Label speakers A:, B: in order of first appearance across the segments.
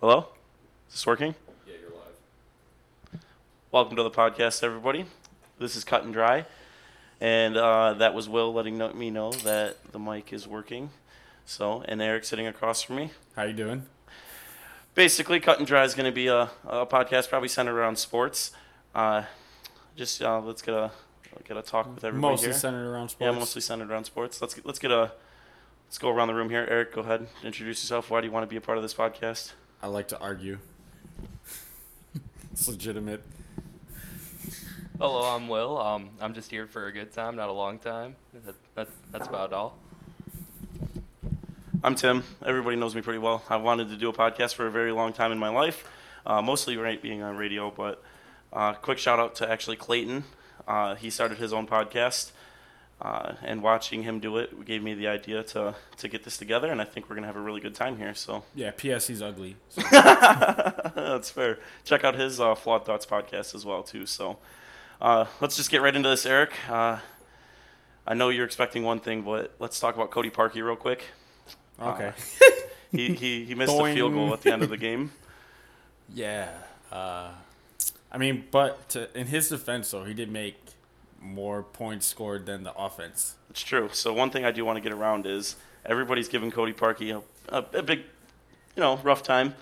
A: Hello? Is this working?
B: Yeah, you're live.
A: Welcome to the podcast, everybody. This is Cut and Dry. And uh, that was Will letting know, me know that the mic is working. So, and Eric sitting across from me.
C: How you doing?
A: Basically, Cut and Dry is going to be a, a podcast probably centered around sports. Uh, just uh, let's get a get a talk with everybody
C: Mostly
A: here.
C: centered around sports.
A: yeah, mostly centered around sports. Let's get, let's get a let's go around the room here. Eric, go ahead. Introduce yourself. Why do you want to be a part of this podcast?
C: I like to argue. it's legitimate.
B: Hello, I'm Will. Um, I'm just here for a good time, not a long time. That, that, that's about all.
A: I'm Tim. Everybody knows me pretty well. I wanted to do a podcast for a very long time in my life, uh, mostly right being on radio. But uh, quick shout out to actually Clayton. Uh, he started his own podcast, uh, and watching him do it gave me the idea to to get this together. And I think we're gonna have a really good time here. So
C: Yeah, PS he's ugly. So
A: that's fair. Check out his uh, Flawed Thoughts podcast as well too. So uh, let's just get right into this, Eric. Uh, I know you're expecting one thing, but let's talk about Cody Parkey real quick. Uh,
C: okay.
A: He he, he missed a field goal
C: Boing.
A: at the end of the game.
C: yeah. Uh, I mean, but to, in his defense though, he did make more points scored than the offense.
A: It's true. So one thing I do want to get around is everybody's giving Cody Parkey a, a, a big, you know, rough time.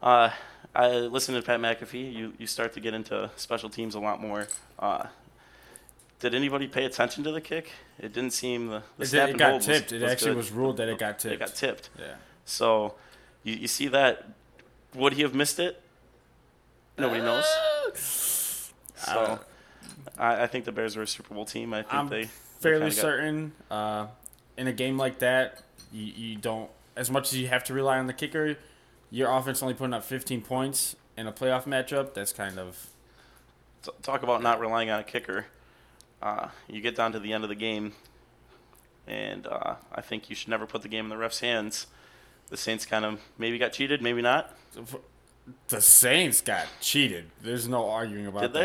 A: Uh, I listen to Pat McAfee. You you start to get into special teams a lot more. Uh, did anybody pay attention to the kick? It didn't seem the, the
C: It,
A: snap
C: did- it
A: and
C: got
A: hold was-
C: tipped. it actually
A: good.
C: was ruled that it got tipped.
A: It got tipped.
C: Yeah.
A: So you, you see that? Would he have missed it? Nobody knows.
C: Uh, I don't
A: So
C: know.
A: I, I think the Bears are a Super Bowl team. I think
C: I'm
A: they they
C: fairly
A: kinda got-
C: certain uh, in a game like that, you, you don't as much as you have to rely on the kicker. Your offense only putting up 15 points in a playoff matchup. That's kind of
A: T- talk about not relying on a kicker. Uh, you get down to the end of the game, and uh, I think you should never put the game in the ref's hands. The Saints kind of maybe got cheated, maybe not.
C: the Saints got cheated. There's no arguing about
A: Did they?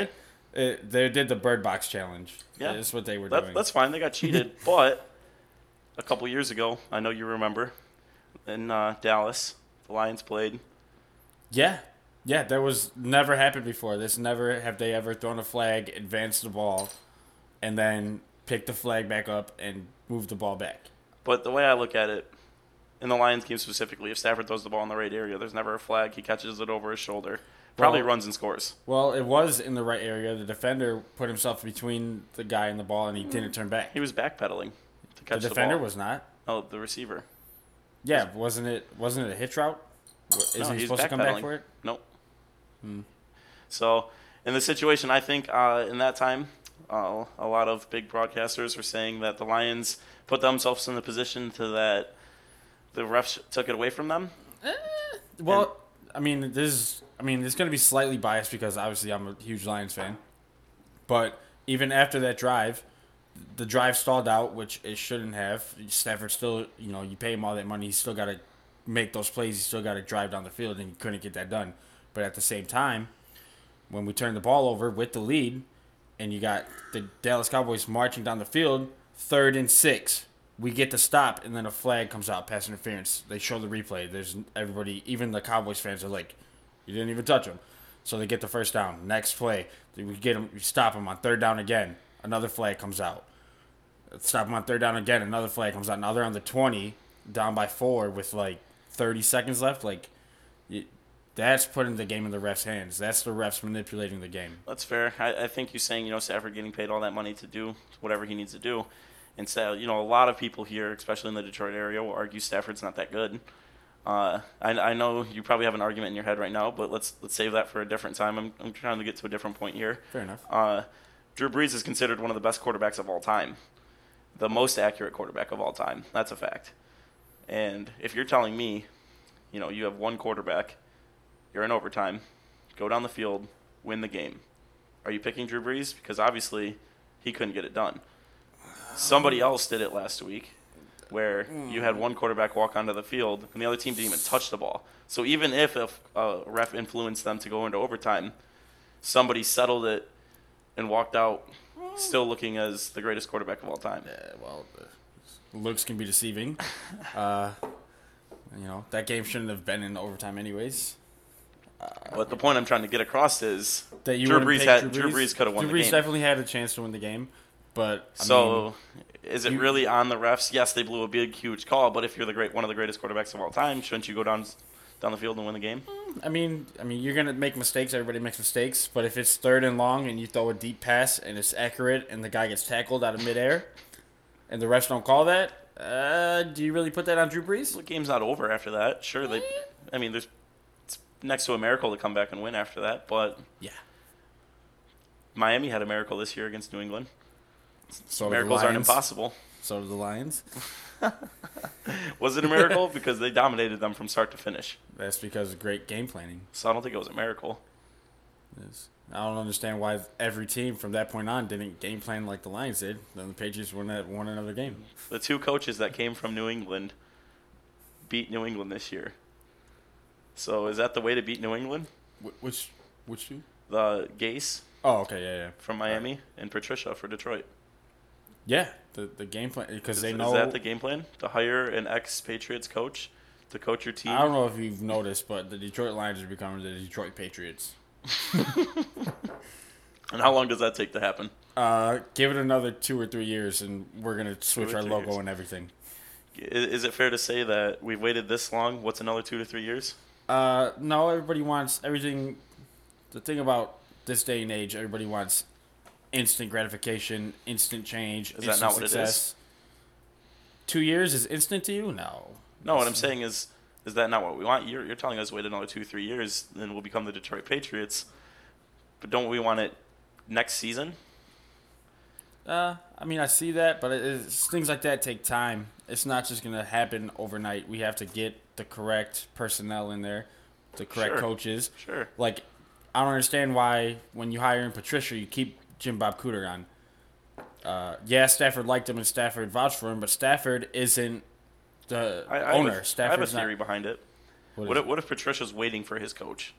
C: that. It- they did the bird box challenge.
A: Yeah.
C: that's what they were
A: That,
C: doing.
A: that's fine. They got cheated, but a couple years ago, I know you remember, in uh, Dallas, the Lions played.
C: yeah, yeah. That was never happened before. This never have they ever thrown a flag, advanced the ball, and then picked the flag back up and moved the ball back.
A: But the way I look at it, in the Lions game specifically, if Stafford throws the ball in the right area, there's never a flag. He catches it over his shoulder, probably
C: Well-
A: runs and scores.
C: Well, it was in the right area. The defender put himself between the guy and the ball, and he didn't turn back.
A: He was backpedaling to
C: The
A: catch the,
C: defender
A: ball.
C: was not.
A: oh the receiver.
C: Yeah, wasn't it? Wasn't it a hitch route? Isn't
A: No,
C: he
A: he's
C: supposed to come back
A: backpedaling.
C: for it? Hmm.
A: Nope. So, in the situation, I think uh, in that time, uh, a lot of big broadcasters were saying that the Lions put themselves in the position to that the refs took it away from them.
C: Well, I mean, this is. I mean, it's going to be slightly biased because obviously I'm a huge Lions fan. But even after that drive, the drive stalled out, which it shouldn't have. Stafford still, you know, you pay him all that money, he's still got to make those plays. He's still got to drive down the field, and he couldn't get that done. But at the same time, when we turned the ball over with the lead, and you got the Dallas Cowboys marching down the field, third and six. We get the stop, and then a flag comes out, pass interference. They show the replay. There's everybody, even the Cowboys fans are like, "You didn't even touch him." So they get the first down. Next play, we get him, we stop him on third down again. Another flag comes out. Stop him on third down again. Another flag comes out. Now they're on the twenty, down by four with like thirty seconds left. Like, y- that's putting the game in the refs' hands. That's the refs manipulating the game.
A: That's fair. I, I think you saying, you know, Stafford getting paid all that money to do whatever he needs to do. And so, you know, a lot of people here, especially in the Detroit area, will argue Stafford's not that good. Uh, I, I know you probably have an argument in your head right now, but let's let's save that for a different time. I'm, I'm trying to get to a different point here.
C: Fair enough.
A: Uh, Drew Brees is considered one of the best quarterbacks of all time, the most accurate quarterback of all time. That's a fact. And if you're telling me, you know, you have one quarterback, you're in overtime, go down the field, win the game. Are you picking Drew Brees? Because obviously he couldn't get it done. Somebody else did it last week where you had one quarterback walk onto the field and the other team didn't even touch the ball. So even if a, a ref influenced them to go into overtime, somebody settled it and walked out still looking as the greatest quarterback of all time.
C: Yeah, well, uh, looks can be deceiving. Uh, you know that game shouldn't have been in overtime, anyways.
A: But the point I'm trying to get across is
C: that you
A: Drew
C: wouldn't
A: Brees
C: pick
A: had- Drew Brees coulda won
C: Drew
A: the
C: Brees
A: game.
C: definitely had a chance to win the game, but I mean,
A: so. is it
C: you-
A: really on the refs? Yes, they blew a big, huge call. But if you're the great, one of the greatest quarterbacks of all time, shouldn't you go down down the field and win the game?
C: I mean, I mean, you're gonna make mistakes. Everybody makes mistakes, but if it's third and long and you throw a deep pass and it's accurate and the guy gets tackled out of midair, and the refs don't call that, uh, do you really put that on Drew Brees?
A: The game's not over after that. Sure, they. I mean, there's it's next to a miracle to come back and win after that. But
C: Yeah.
A: Miami had a miracle this year against New England.
C: So did Oh, the
A: Miracles aren't
C: Lions.
A: impossible.
C: So do the Lions.
A: Was it a miracle? because they dominated them from start to finish.
C: That's because of great game planning.
A: So I don't think it was a miracle.
C: Yes. I don't understand why every team from that point on didn't game plan like the Lions did. Then the Patriots wouldn't have won another game.
A: The two coaches that came from New England beat New England this year. So is that the way to beat New England?
C: Which, which two?
A: The Gase
C: Oh, okay, yeah, yeah,
A: from Miami and Patricia for Detroit.
C: yeah. The the game plan because
A: Is,
C: they
A: is
C: know.
A: that the game plan? To hire an ex-Patriots coach to coach your team?
C: I don't know if you've noticed, but the Detroit Lions are becoming the Detroit Patriots.
A: And how long does that take to happen?
C: Uh, give it another two or three years, and we're gonna switch
A: or
C: our
A: three
C: logo
A: years.
C: and everything.
A: I- Is it fair to say that we've waited this long? What's another two to three years?
C: Uh, no, everybody wants everything. The thing about this day and age, everybody wants instant gratification, instant change.
A: Is that not what it is?
C: Two years is instant to you? No.
A: No, what I'm saying is, is that not what we want? You're, you're telling us wait another two, three years, then we'll become the Detroit Patriots. But don't we want it next season?
C: Uh, I mean, I see that, but it is, things like that take time. It's not just going to happen overnight. We have to get the correct personnel in there, the correct
A: Sure.
C: coaches.
A: Sure.
C: Like, I don't understand why when you hire in Patricia, you keep Jim Bob Cooter on. Uh, yeah, Stafford liked him and Stafford vouched for him, but Stafford isn't the
A: I, I Have a,
C: owner.
A: I have a
C: Stafford's
A: theory
C: not.
A: behind it.
C: What
A: What
C: is
A: if, what if Patricia's waiting for his coach?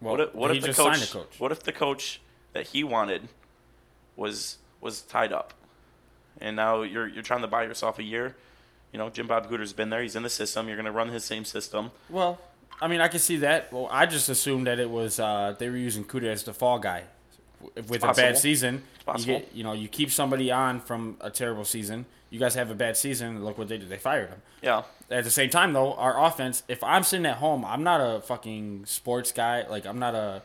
C: well,
A: What if, what
C: he
A: if the
C: just
A: coach,
C: signed a coach.
A: What if the coach that he wanted was was tied up, and now you're you're trying to buy yourself a year? You know, Jim Bob Cooter's been there. He's in the system. You're going to run his same system.
C: Well, I mean, I can see that. Well, I just assumed that it was uh, they were using Kuda as the fall guy. If With a
A: possible.
C: bad season, you
A: possible.
C: get you know you keep somebody on from a terrible season. You guys have a bad season. Look what they did. They fired him.
A: Yeah.
C: At the same time, though, our offense. If I'm sitting at home, I'm not a fucking sports guy. Like I'm not a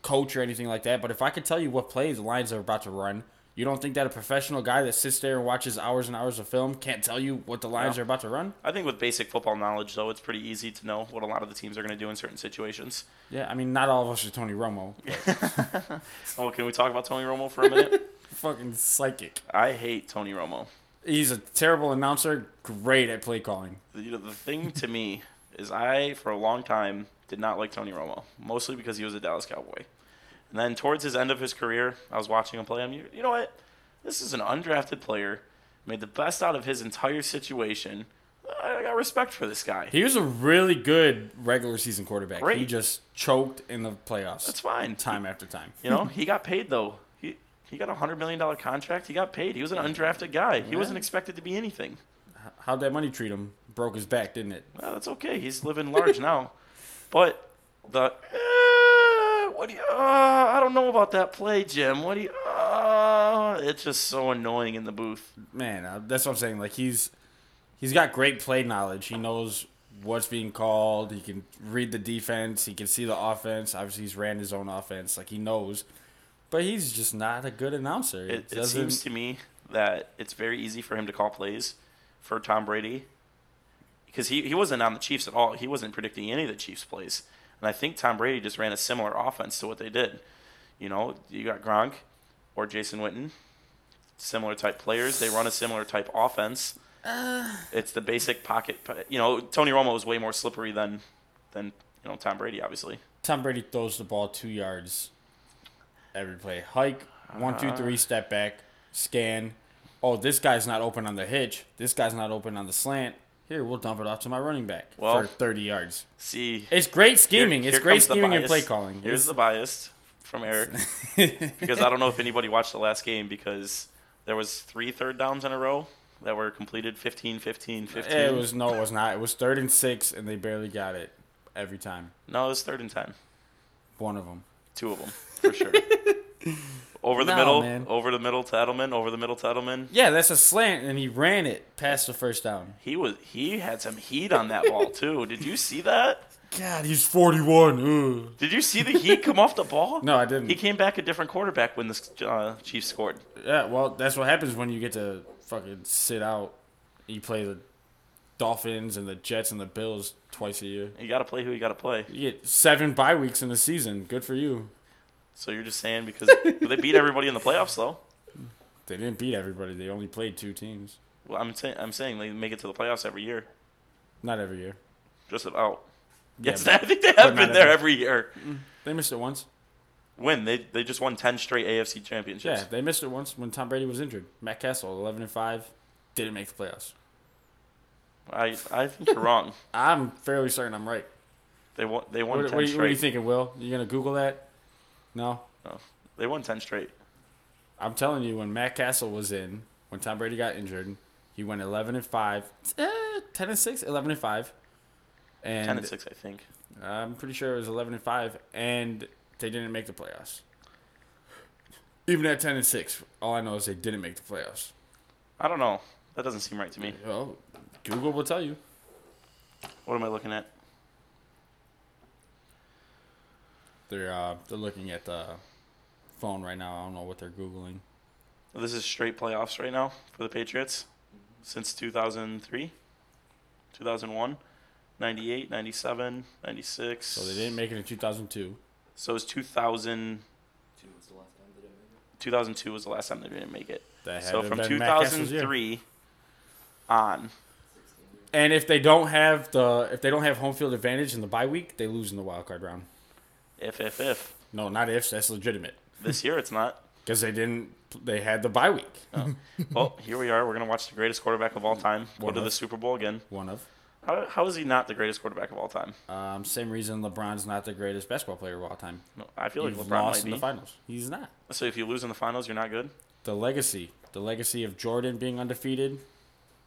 C: coach or anything like that. But if I could tell you what plays the Lions are about to run, you don't think that a professional guy that sits there and watches hours and hours of film can't tell you what the Lions
A: Yeah.
C: are about to run?
A: I think with basic football knowledge, though, it's pretty easy to know what a lot of the teams are going to do in certain situations.
C: Yeah, I mean, not all of us are Tony Romo.
A: Oh, can we talk about Tony Romo for a minute?
C: fucking psychic.
A: I hate Tony Romo.
C: He's a terrible announcer, great at play calling.
A: The, you know, the thing to me is, I for a long time did not like Tony Romo, mostly because he was a Dallas Cowboy. And then towards his end of his career, I was watching him play. I'm, you you know what? This is an undrafted player, made the best out of his entire situation. I I got respect for this guy.
C: He was a really good regular season quarterback. He
A: Great.
C: just choked in the playoffs
A: That's fine.
C: time after time.
A: You know, he got paid though. He he got a hundred million dollar contract. He got paid. He was an undrafted guy. He wasn't expected to be anything.
C: How'd that money treat him? Broke his back, didn't it?
A: Well, that's okay. He's living large now. But the uh, what do you? Uh, I don't know about that play, Jim. What do you? Uh, it's just so annoying in the booth.
C: Man, uh, that's what I'm saying. Like he's he's got great play knowledge. He knows what's being called. He can read the defense. He can see the offense. Obviously, he's ran his own offense. Like he knows, but he's just not a good announcer.
A: It, it seems to me that it's very easy for him to call plays for Tom Brady because he, he wasn't on the Chiefs at all. He wasn't predicting any of the Chiefs' plays. And I think Tom Brady just ran a similar offense to what they did. You know, you got Gronk or Jason Witten, similar type players. They run a similar type offense.
C: Uh.
A: it's the basic pocket. You know, Tony Romo was way more slippery than, than you know, Tom Brady, obviously.
C: Tom Brady throws the ball two yards every play. Hike, one, two,
A: Uh-huh.
C: three, step back, scan. Oh, this guy's not open on the hitch. This guy's not open on the slant. Here, we'll dump it off to my running back
A: Well-
C: for 30 yards.
A: See,
C: It's great scheming.
A: Here-
C: it's
A: here
C: great
A: comes the
C: scheming and
A: bias.
C: play calling.
A: Here's the bias from Eric because I don't know if anybody watched the last game because there was three third downs in a row that were completed 15 15 15.
C: It was no, it was not. It was third and six, and they barely got it every time.
A: no, it was third and 10.
C: One of them.
A: Two of them for sure. over the
C: No,
A: middle,
C: man.
A: over the middle, Tattleman, over the middle, Tattleman.
C: Yeah, that's a slant, and he ran it past the first down.
A: He was he had some heat on that ball too. Did you see that?
C: God, he's 41. Ooh.
A: Did you see the heat come off the ball?
C: No, I didn't.
A: He came back a different quarterback when the uh, Chiefs scored.
C: Yeah, well, that's what happens when you get to fucking sit out. You play the Dolphins and the Jets and the Bills twice a year.
A: You got to play who you got to play.
C: You get seven bye weeks in the season. Good for you.
A: So you're just saying because they beat everybody in the playoffs though.
C: They didn't beat everybody. They only played two teams.
A: Well, I'm saying I'm saying they make it to the playoffs every year,
C: Not every year.
A: just about.
C: Yeah,
A: yes,
C: but
A: I think they have
C: not
A: been there
C: every-
A: every year.
C: They missed it once.
A: When they they just won ten straight AFC championships.
C: Yeah, they missed it once when Tom Brady was injured. Matt Castle, 11 and 5, didn't make the playoffs.
A: I I think you're wrong.
C: I'm fairly certain I'm right.
A: They won they won
C: What, what,
A: ten
C: are you,
A: straight. Oh,
C: what are you thinking, Will? You going to Google that? No?
A: They won ten straight.
C: I'm telling you, when Matt Castle was in, when Tom Brady got injured, he went 11 and 5, eh, 10 and 6, 11 and 5. And
A: Ten and six, I think.
C: I'm pretty sure it was 11 and 5, and they didn't make the playoffs. Even at 10 and 6, all I know is they didn't make the playoffs.
A: I don't know. That doesn't seem right to me.
C: Well, Google will tell you.
A: What am I looking at?
C: They're uh, they're looking at the phone right now. I don't know what they're googling.
A: This is straight playoffs right now for the Patriots since 2003, 2001, 98, 97, 96.
C: So they didn't make it in 2002.
A: So it's 2000.
B: Two was the last time they didn't make
A: 2002 was the last time they didn't make it.
C: That had
A: So
C: to
A: from
C: have been Matt Castle's year.
A: 2003 on.
B: it. Sixteen years.
C: And if they don't have the if they don't have home field advantage in the bye week, they lose in the wild card round.
A: If, if, if.
C: No, not if that's legitimate
A: This year it's not.
C: because they didn't. They had the bye week.
A: Well, here we are. We're going to watch the greatest quarterback of all time go
C: One
A: to
C: of.
A: the Super Bowl again.
C: One of
A: How, how is he not the greatest quarterback of all time?
C: um, same reason LeBron's not the greatest basketball player of all time.
A: No, I feel
C: He
A: like LeBron
C: lost
A: might
C: in
A: be.
C: the finals. He's not.
A: so if you lose in the finals, you're not good?
C: The legacy, the legacy of Jordan being undefeated,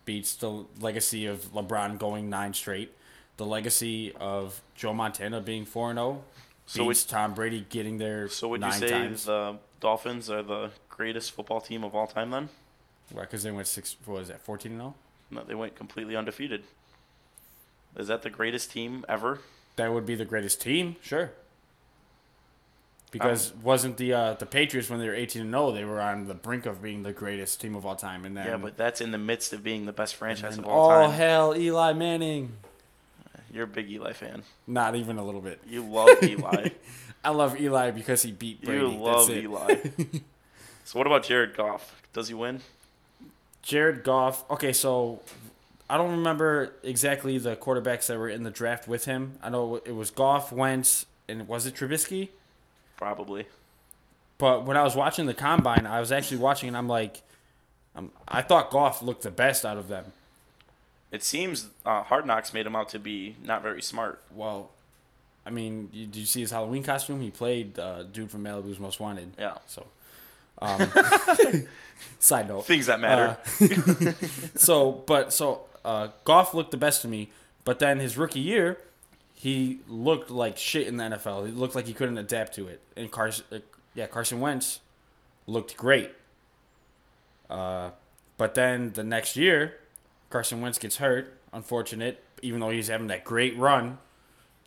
C: beats the legacy of LeBron going nine straight. The legacy of Joe Montana being four and zero.
A: So
C: beats Tom Brady getting there
A: So would
C: nine
A: you say
C: times.
A: the Dolphins are the greatest football team of all time then?
C: Because they went six. What was that? Fourteen and oh? zero.
A: No, they went completely undefeated. Is that the greatest team ever?
C: That would be the greatest team, sure. Because
A: Um,
C: wasn't the uh, the Patriots when they were eighteen and zero, they were on the brink of being the greatest team of all time, and then
A: yeah, but that's in the midst of being the best franchise
C: and
A: of all
C: all
A: time.
C: hell, Eli Manning.
A: You're a big Eli fan.
C: Not even a little bit.
A: You love Eli.
C: I love Eli because he beat Brady.
A: you love
C: That's it.
A: Eli. so what about Jared Goff? Does he win?
C: Jared Goff. Okay, so I don't remember exactly the quarterbacks that were in the draft with him. I know it was Goff, Wentz, and was it Trubisky?
A: Probably.
C: But when I was watching the combine, I was actually watching, and I'm like, um, I thought Goff looked the best out of them.
A: It seems uh, Hard Knocks made him out to be not very smart.
C: Well, I mean, you, did you see his Halloween costume? He played uh, dude from Malibu's Most Wanted.
A: Yeah.
C: So, um, side note.
A: Things that matter.
C: Uh, so, but so uh, Goff looked the best to me, but then his rookie year, he looked like shit in the NFL. He looked like he couldn't adapt to it. And Carson, uh, yeah, Carson Wentz looked great. Uh, but then the next year, Carson Wentz gets hurt. Unfortunate, even though he's having that great run.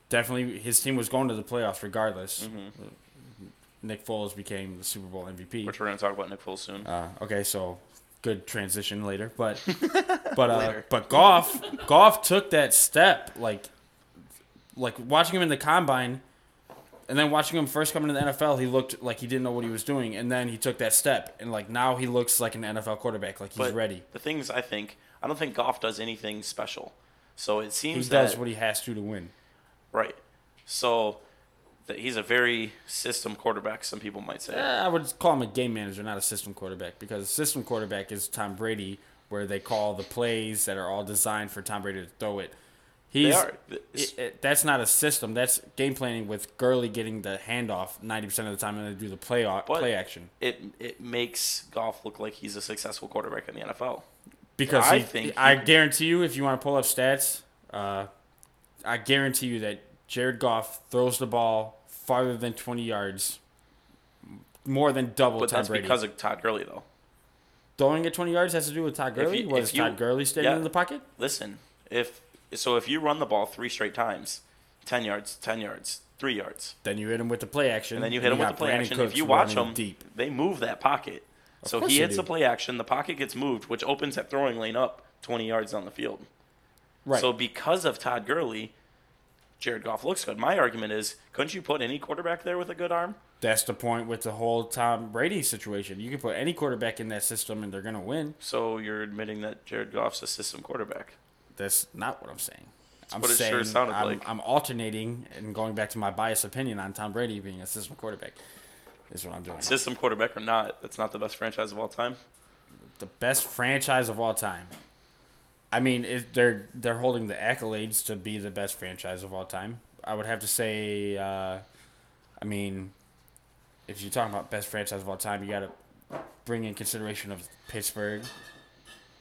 C: Definitely, his team was going to the playoffs regardless. Nick Foles became the Super Bowl MVP.
A: which we're going to talk about Nick Foles soon.
C: Uh, okay, so good transition later, but but uh,
A: Later.
C: but Goff Goff took that step like like watching him in the combine, and then watching him first come into the NFL, he looked like he didn't know what he was doing, and then he took that step, and like now he looks like an NFL quarterback, like he's
A: But
C: ready.
A: The things I think, I don't think Goff does anything special. So it
C: He
A: seems
C: does
A: that
C: what he has to to win.
A: right. So that he's a very system quarterback. Some people might say.
C: Eh, I would call him a game manager, not a system quarterback, because a system quarterback is Tom Brady, where they call the plays that are all designed for Tom Brady to throw it.
A: they
C: He's
A: are.
C: it, it- that's not a system. That's game planning with Gurley getting the handoff ninety percent of the time, and they do the play o-
A: But-
C: play action
A: It it makes Goff look like he's a successful quarterback in the NFL.
C: because
A: I
C: he-
A: think
C: I
A: he-
C: guarantee you, if you want to pull up stats, uh, I guarantee you that Jared Goff throws the ball farther than 20 yards, more than double
A: But
C: Tom
A: that's
C: Brady.
A: because of Todd Gurley, though.
C: throwing at 20 yards has to do with Todd
A: If
C: Gurley.
A: you-
C: Was
A: if you-
C: Todd Gurley standing
A: yeah.
C: in the pocket?
A: Listen, if so, if you run the ball three straight times, ten yards, ten yards, three yards,
C: Then you hit him with the play action.
A: and then you hit him with
C: got
A: the play
C: Brandon
A: action.
C: Cooks
A: if you watch
C: running
A: them,
C: deep,
A: they move that pocket. So
C: course
A: he
C: they
A: hits the
C: do.
A: play action. The pocket gets moved, which opens that throwing lane up twenty yards down the field.
C: right?
A: So because of Todd Gurley, Jared Goff looks good. My argument is, couldn't you put any quarterback there with a good arm?
C: That's the point with the whole Tom Brady situation. You can put any quarterback in that system and they're going to win.
A: So you're admitting that Jared Goff's a system quarterback.
C: That's not what I'm saying. I'm
A: what it sure sounded
C: I'm,
A: like.
C: I'm alternating and going back to my biased opinion on Tom Brady being a system quarterback. Is what I'm doing.
A: System quarterback or not, that's not the best franchise of all time.
C: the best franchise of all time. I mean, it, they're they're holding the accolades to be the best franchise of all time. I would have to say, uh, I mean, if you're talking about best franchise of all time, you got to bring in consideration of Pittsburgh,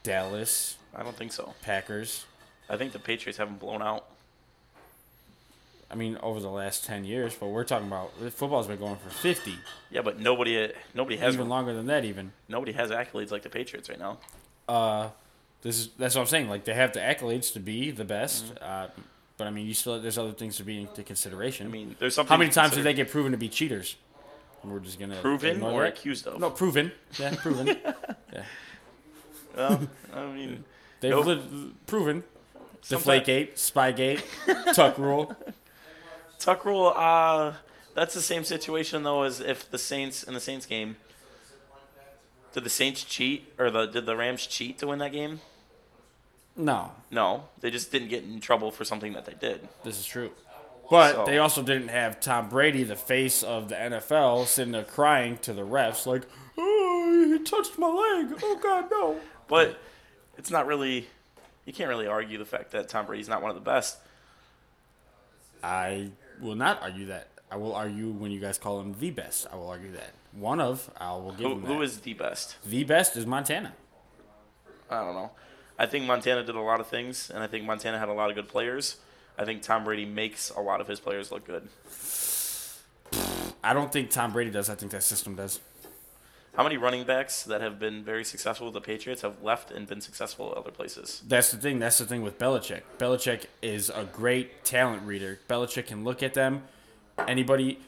C: Dallas,
A: I don't think so.
C: Packers.
A: I think the Patriots haven't blown out.
C: I mean, over the last ten years, but we're talking about football's been going for fifty,
A: Yeah, but nobody uh, nobody has
C: even longer than that, even.
A: nobody has accolades like the Patriots right now.
C: uh, this is that's what I'm saying. Like they have the accolades to be the best,
A: Mm-hmm.
C: uh, but I mean, you still there's other things to be into consideration.
A: I mean, there's something.
C: how many
A: to
C: times did
A: consider.
C: they get proven to be cheaters? We're just gonna
A: proven
C: ignore
A: or
C: that.
A: accused of?
C: no proven, yeah, proven.
A: Well, I mean,
C: They've
A: Nope.
C: li- proven.
A: Sometime-
C: Deflategate, Spygate, Tuck Rule.
A: Tuck rule. Uh, that's the same situation though as if the Saints in the Saints game. Did the Saints cheat or the did the Rams cheat to win that game?
C: No,
A: No, they just didn't get in trouble for something that they did.
C: this is true. But
A: So-
C: they also didn't have Tom Brady, the face of the NFL, sitting there crying to the refs like, "Oh, he touched my leg. Oh God, no."
A: But it's not really. You can't really argue the fact that Tom Brady's not one of the best.
C: I will not argue that. I will argue when you guys call him the best. I will argue that. One of, I will give
A: Who,
C: him that.
A: who is the best?
C: the best is Montana.
A: I don't know. I think Montana did a lot of things, and I think Montana had a lot of good players. I think Tom Brady makes a lot of his players look good.
C: I don't think Tom Brady does. I think that system does.
A: How many running backs that have been very successful with the Patriots have left and been successful at other places?
C: That's the thing. That's the thing with Belichick. Belichick is a great talent reader. Belichick can look at them. Anybody,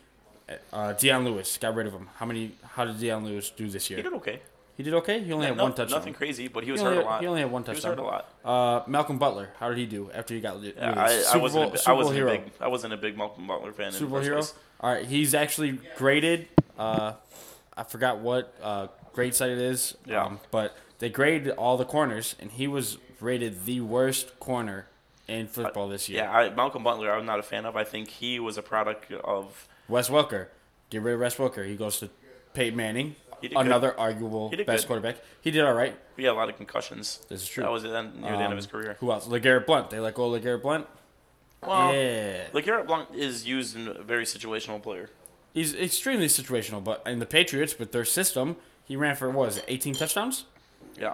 C: uh, Deion Lewis got rid of him. How many? How did Deion Lewis do this
A: He
C: year?
A: did okay.
C: He did okay. He only had
A: No-
C: one touchdown.
A: Nothing crazy, but he
C: He
A: was
C: only,
A: hurt a lot.
C: he only had one
A: He was hurt
C: touchdown.
A: a lot.
C: Uh, Malcolm Butler. How did he do after he got released?
A: Yeah, I, I
C: Super Bowl-
A: wasn't. A, bi- I
C: Super Bowl
A: wasn't a
C: hero.
A: big. I wasn't a big Malcolm Butler fan. in the
C: Super
A: first
C: hero.
A: place.
C: All right, he's actually graded. Uh, I forgot what uh, grade site it is. um,
A: Yeah.
C: but they graded all the corners, and he was rated the worst corner in football this year.
A: Yeah, I, Malcolm Butler. I'm not a fan of. I think he was a product of.
C: Wes Welker, get rid of Wes Welker. He goes to Peyton Manning,
A: He did good.
C: another arguable
A: He did
C: best
A: good.
C: quarterback. He did all right.
A: He had a lot of concussions.
C: This is true.
A: That was at the end- near the end
C: Um,
A: of his career.
C: Who else? Legarrette Blunt. They let go of Legarrette Blunt.
A: Well,
C: yeah.
A: LeGarrette Blount is used in a very situational player.
C: He's extremely situational, but in the Patriots, with their system, he ran for, what was it, 18 touchdowns?
A: Yeah.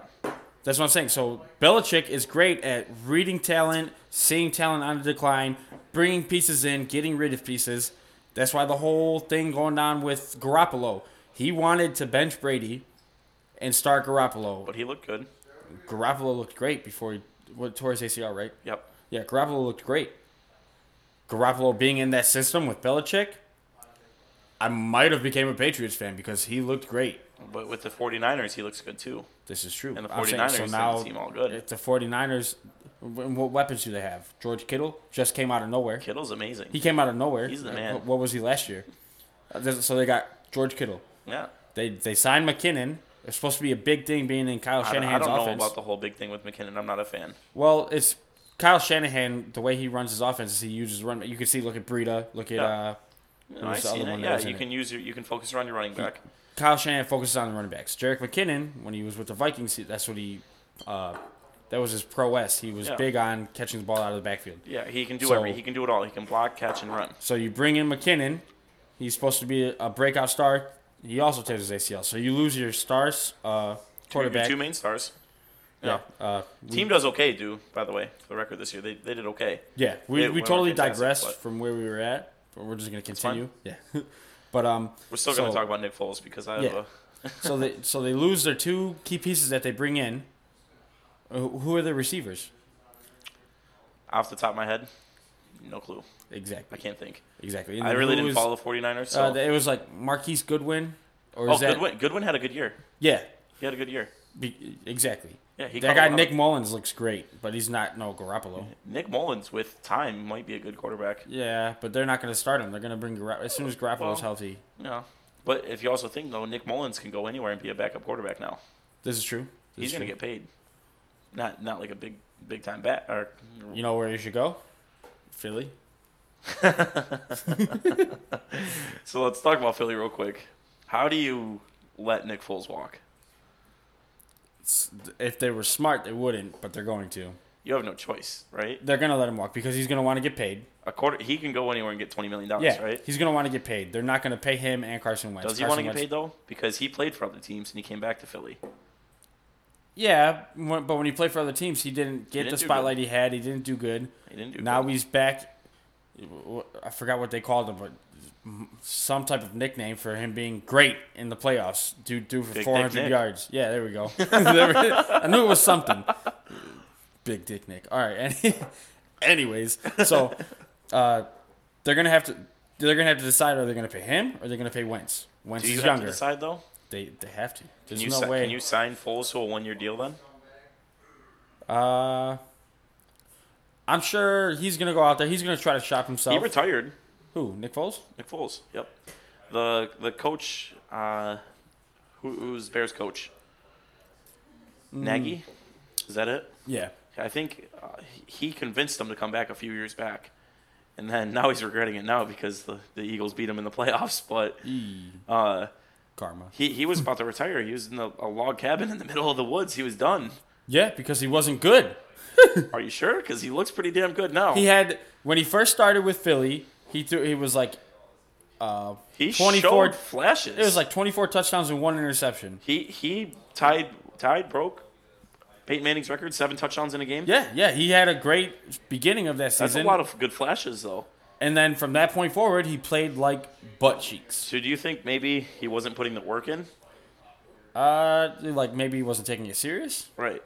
C: That's what I'm saying. So Belichick is great at reading talent, seeing talent on the decline, bringing pieces in, getting rid of pieces. That's why the whole thing going on with Garoppolo. He wanted to bench Brady and start Garoppolo.
A: But he looked good.
C: Garoppolo looked great before he what, tore his ACL, right?
A: Yep.
C: Yeah, Garoppolo looked great. Garoppolo being in that system with Belichick, I might have became a Patriots fan because he looked great.
A: But with the 49ers, he looks good too.
C: This is true.
A: And the
C: I'm saying,
A: 49ers doesn't seem all good.
C: If the 49ers, wh- what weapons do they have? George Kittle just came out of nowhere.
A: Kittle's amazing.
C: He came out of nowhere.
A: He's the
C: Uh,
A: man.
C: wh- What was he last year? Uh, there's- So they got George Kittle.
A: yeah.
C: They they signed McKinnon. It's supposed to be a big thing being in Kyle
A: I don't, I
C: Shanahan's
A: don't know
C: offense.
A: about the whole big thing with McKinnon. I'm not a fan.
C: well, it's Kyle Shanahan. The way he runs his offense is he uses run. You can see. Look at Breida. Look at
A: Yeah.
C: uh,
A: No, I
C: was the
A: seen
C: other
A: it.
C: one that
A: Yeah,
C: was in
A: you
C: it?
A: can use your, you can focus on your running back.
C: Kyle Shanahan focuses on the running backs. Jarek McKinnon, when he was with the Vikings, he- that's what he. Uh, that was his prowess. He was
A: Yeah.
C: big on catching the ball out of the backfield.
A: Yeah, he can do
C: So-
A: every. He can do it all. He can block, catch, and run.
C: So you bring in McKinnon. He's supposed to be a, a breakout star. He also tears his ACL. So you lose your stars uh,
A: Your
C: quarterback.
A: two main stars.
C: Yeah. Uh, we-
A: Team does okay, do by the way, for the record this year. They, they did okay.
C: Yeah, we,
A: It
C: we
A: went
C: totally
A: fantastic,
C: digressed
A: but-
C: from where we were at, but we're just gonna continue.
A: fine.
C: Yeah, but um,
A: We're still going to
C: So-
A: talk about Nick Foles because I have
C: Yeah. so they so they lose their two key pieces that they bring in. Uh, Who are the receivers?
A: a, off the top of my head, no clue. I
C: Exactly,
A: can't think.
C: exactly. And
A: I
C: then
A: really
C: who
A: didn't
C: was-
A: follow the 49ers. So.
C: Uh, it was like Marquise Goodwin, or
A: oh,
C: is that
A: Goodwin. Goodwin had a good year.
C: yeah,
A: He had a good year.
C: be, exactly.
A: Yeah, he
C: that
A: caught a
C: guy
A: lot of-
C: Nick Mullins looks great, but he's not no Garoppolo.
A: Nick Mullins with time might be a good quarterback.
C: Yeah, but they're not gonna start him. They're gonna bring Garoppolo as soon as Garoppolo's
A: Well-
C: healthy.
A: Yeah. But if you also think though, Nick Mullins can go anywhere and be a backup quarterback now.
C: This is true. This
A: He's
C: is
A: going to
C: true.
A: get paid. Not not like a big big time bat or
C: You know where he should go? Philly.
A: So let's talk about Philly real quick. How do you let Nick Foles walk?
C: s- if they were smart, they wouldn't, but they're going to.
A: You have no choice, right?
C: They're going to let him walk because he's going to want to get paid.
A: A quarter he can go anywhere and get twenty million dollars,
C: yeah,
A: right?
C: he's going to want to get paid. They're not going to pay him and Carson Wentz.
A: Does he
C: Carson
A: want to get
C: Wentz-
A: paid though? Because he played for other teams and he came back to Philly.
C: Yeah, when- but when he played for other teams, he didn't get
A: didn't
C: the
A: do
C: spotlight he had. He didn't do good.
A: He didn't do
C: now
A: good.
C: he's back. I forgot what they called him, but some type of nickname for him being great in the playoffs. Dude, do for
A: Big Dick
C: four hundred
A: Nick.
C: yards. Yeah, there we go. There we- I knew it was something. Big Dick Nick. All right. Any, anyways, so uh, they're gonna have to they're gonna have to decide are they gonna pay him or they're gonna pay Wentz. Wentz
A: Do you
C: is
A: have
C: younger.
A: to decide though?
C: They they have to. There's
A: Can you,
C: no
A: si-
C: way.
A: can you sign Foles to a one year deal then?
C: Uh, I'm sure he's gonna go out there. He's gonna try to shop himself.
A: He retired.
C: Who? Nick Foles?
A: Nick Foles. Yep. The the coach, uh, who, who's Bears coach?
C: Hmm.
A: Nagy. Is that it?
C: Yeah.
A: I think uh, he convinced them to come back a few years back, and then now he's regretting it now because the, the Eagles beat him in the playoffs. But uh,
C: Karma.
A: he he was about to retire. He was in a, a log cabin in the middle of the woods. He was done.
C: Yeah, because he wasn't good.
A: Are you sure? Because he looks pretty damn good now.
C: He had when he first started with Philly, he threw he was like uh
A: He
C: 24
A: showed flashes.
C: it was like 24 touchdowns and one interception.
A: he he tied tied broke Peyton Manning's record seven touchdowns in a game.
C: Yeah, yeah, he had a great beginning of that
A: That's
C: season.
A: a lot of good flashes, though.
C: and then from that point forward, he played like butt cheeks.
A: So, do you think maybe he wasn't putting the work in?
C: Uh like maybe he wasn't taking it serious?
A: Right.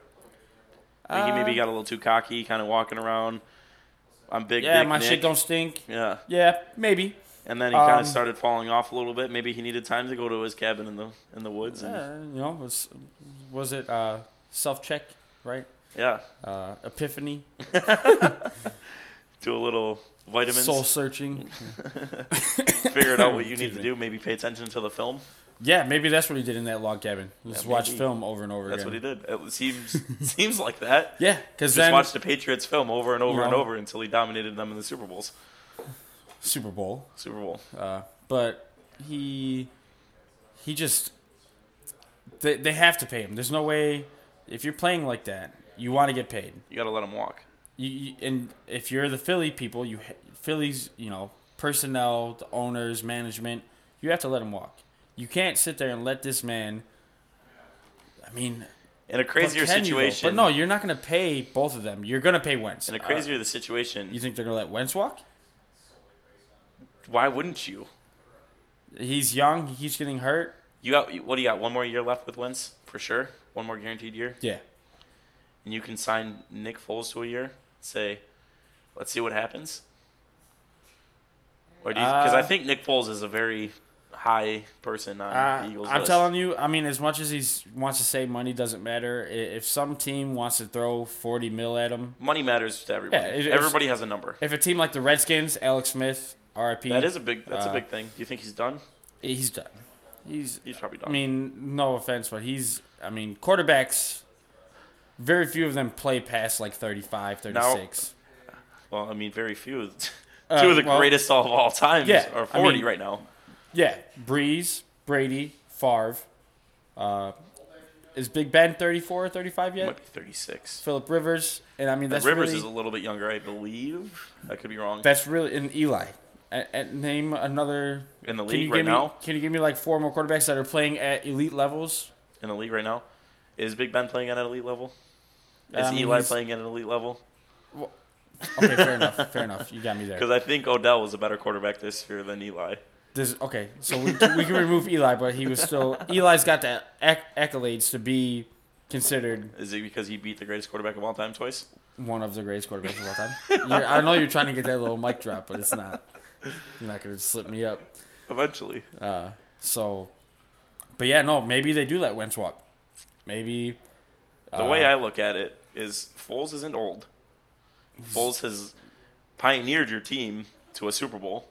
A: I think he maybe
C: Uh,
A: got a little too cocky, kind of walking around. I'm big.
C: Yeah,
A: Dick
C: my
A: Nick.
C: shit don't stink.
A: Yeah,
C: Yeah, maybe.
A: and then he kind
C: Um,
A: of started falling off a little bit. Maybe he needed time to go to his cabin in the in the woods. And,
C: Uh, you know, was was it uh self-check, right?
A: yeah,
C: Uh epiphany,
A: do a little vitamins,
C: soul searching.
A: figure out what you need
C: Excuse
A: to
C: me.
A: do. Maybe pay attention to the film.
C: Yeah, maybe that's what he did in that log cabin. Just
A: Yeah,
C: watch
A: maybe.
C: film over and over
A: That's what he
C: again.
A: did. It seems seems like that.
C: Yeah, because
A: Just
C: then
A: watched the Patriots film over and over and
C: know.
A: over until he dominated them in the Super Bowls.
C: Super Bowl,
A: Super Bowl.
C: uh, but he he just they they have to pay him. There's no way if you're playing like that, you want to get paid.
A: You got to let him walk.
C: You, you and if you're the Philly people, you ha- Philly's you know personnel, the owners, management, you have to let him walk. You can't sit there and let this man. I mean,
A: In a
C: but
A: crazier
C: can you, though?
A: situation,
C: but no, you're not going to pay both of them. You're going to pay Wentz.
A: in a
C: Uh,
A: crazier the situation,
C: you think they're going to let Wentz walk?
A: why wouldn't you?
C: He's young. He keeps getting hurt.
A: You got what do you got? One more year left with Wentz for sure. One more guaranteed year,
C: Yeah.
A: and you can sign Nick Foles to a year. Say, let's see what happens. Or do you? Because I
C: Uh,
A: think Nick Foles is a very high person on
C: Uh,
A: the Eagles.
C: I'm
A: list.
C: telling you, I mean, as much as he wants to say money doesn't matter, i- if some team wants to throw 40 mil at him,
A: money matters to everybody.
C: Yeah, it- it's-
A: everybody has a number.
C: if a team like the Redskins, Alex Smith, RIP,
A: That is a big. That's
C: uh,
A: a big thing. Do you think he's done?
C: he's done. He's,
A: He's probably done.
C: I mean, no offense, but he's, I mean, quarterbacks, very few of them play past like 35, 36.
A: well, I mean, very few. Two
C: Uh,
A: of the
C: well-
A: greatest of all time
C: Yeah,
A: are
C: I
A: 40
C: mean-
A: right now.
C: yeah, Breeze, Brady, Favre. Uh, is Big Ben 34 or 35
A: He
C: yet?
A: Might be 36.
C: Philip Rivers, and I mean, that's
A: Rivers
C: really,
A: is a little bit younger, I believe. I could be wrong.
C: That's really and Eli. A- a- name another
A: In the
C: Can you
A: league
C: give
A: right
C: me,
A: now,
C: Can you give me like four more quarterbacks that are playing at elite levels?
A: in the league right now. Is Big Ben playing at an elite level? Is
C: I mean,
A: Eli
C: Um, he's-
A: playing at an elite level?
C: Okay, fair enough. Fair enough. You got me there.
A: Because I think Odell was a better quarterback this year than Eli.
C: This, okay, so we, we can remove Eli, but he was still Eli's got the acc- accolades to be considered
A: Is it because he beat the greatest quarterback of all time twice?
C: one of the greatest quarterbacks of all time. You're, I know you're trying to get that little mic drop, but it's not. You're not gonna slip me up.
A: Eventually.
C: Uh, so, but yeah, no, maybe they do let Wentz walk. Maybe
A: The
C: Uh,
A: way I look at it is Foles isn't old. Foles has pioneered your team to a Super Bowl.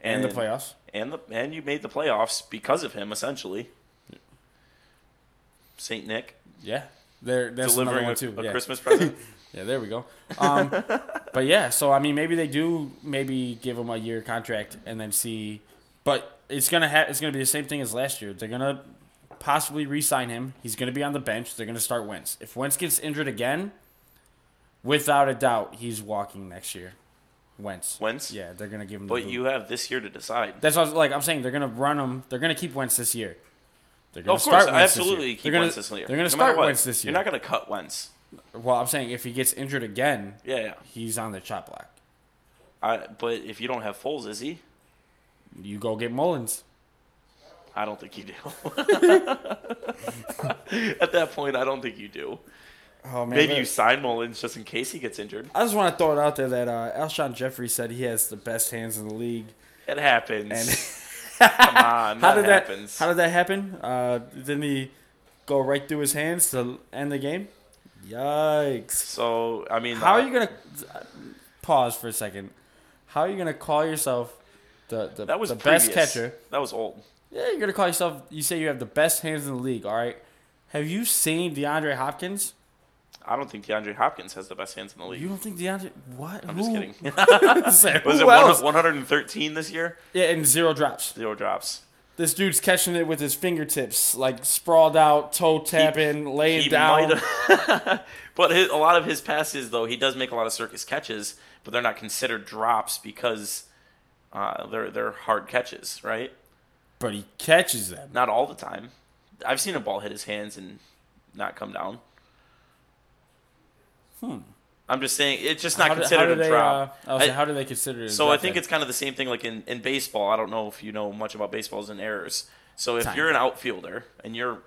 C: in the playoffs.
A: And the and you made the playoffs because of him, essentially. Saint Nick
C: Yeah, there. That's another
A: delivering
C: one
A: a,
C: too.
A: a
C: yeah.
A: Christmas present.
C: yeah, there we go. Um, but yeah, so I mean, maybe they do maybe give him a year contract and then see. But it's gonna have it's gonna be the same thing as last year. They're gonna possibly re-sign him. He's gonna be on the bench. They're gonna start Wentz. If Wentz gets injured again, without a doubt, he's walking next year. Wentz.
A: Wentz?
C: Yeah, they're gonna give him. the
A: but
C: boot.
A: you have this year to decide.
C: That's what I was, like I'm saying. They're gonna run him. They're gonna keep Wentz this year. They're gonna
A: Of course,
C: start Wentz this year.
A: absolutely
C: They're
A: keep
C: gonna-
A: Wentz this year.
C: They're gonna
A: No matter
C: start
A: what.
C: Wentz this year.
A: You're not going to cut Wentz.
C: Well, I'm saying if he gets injured again,
A: Yeah, yeah.
C: he's on the chop block.
A: I, but if you don't have Foles, is he?
C: You go get Mullins.
A: I don't think you do. At that point, I don't think you do.
C: Oh man.
A: Maybe you sign Mullins just in case he gets injured.
C: I just want to throw it out there that uh, Alshon Jeffrey said he has the best hands in the league.
A: It happens.
C: And
A: Come on, that
C: how did
A: happens.
C: that? How did that happen? Uh, didn't he go right through his hands to end the game? Yikes!
A: so I mean,
C: How are you gonna pause for a second? How are you gonna call yourself the the,
A: That was
C: the
A: previous.
C: best catcher?
A: That was old.
C: Yeah, you're gonna call yourself. You say you have the best hands in the league. All right. Have you seen DeAndre Hopkins?
A: I don't think DeAndre Hopkins has the best hands in the league.
C: You don't think DeAndre? What?
A: I'm just kidding.
C: Was
A: Was it one, 113 this year?
C: Yeah, and zero drops.
A: Zero drops.
C: This dude's catching it with his fingertips, like sprawled out, toe tapping, laying down.
A: have, but his, a lot of his passes, though, he does make a lot of circus catches, but they're not considered drops because uh, they're they're hard catches, right?
C: But he catches them.
A: Not all the time. I've seen a ball hit his hands and not come down.
C: Hmm.
A: I'm just saying it's just not
C: How do- how
A: considered
C: do
A: a
C: they,
A: drop.
C: uh, I was
A: I-
C: like, how do they consider it? a
A: So I
C: drop
A: think
C: then?
A: it's kind of the same thing like in, in baseball. I don't know if you know much about baseballs and errors. So if
C: Time.
A: you're an outfielder and you're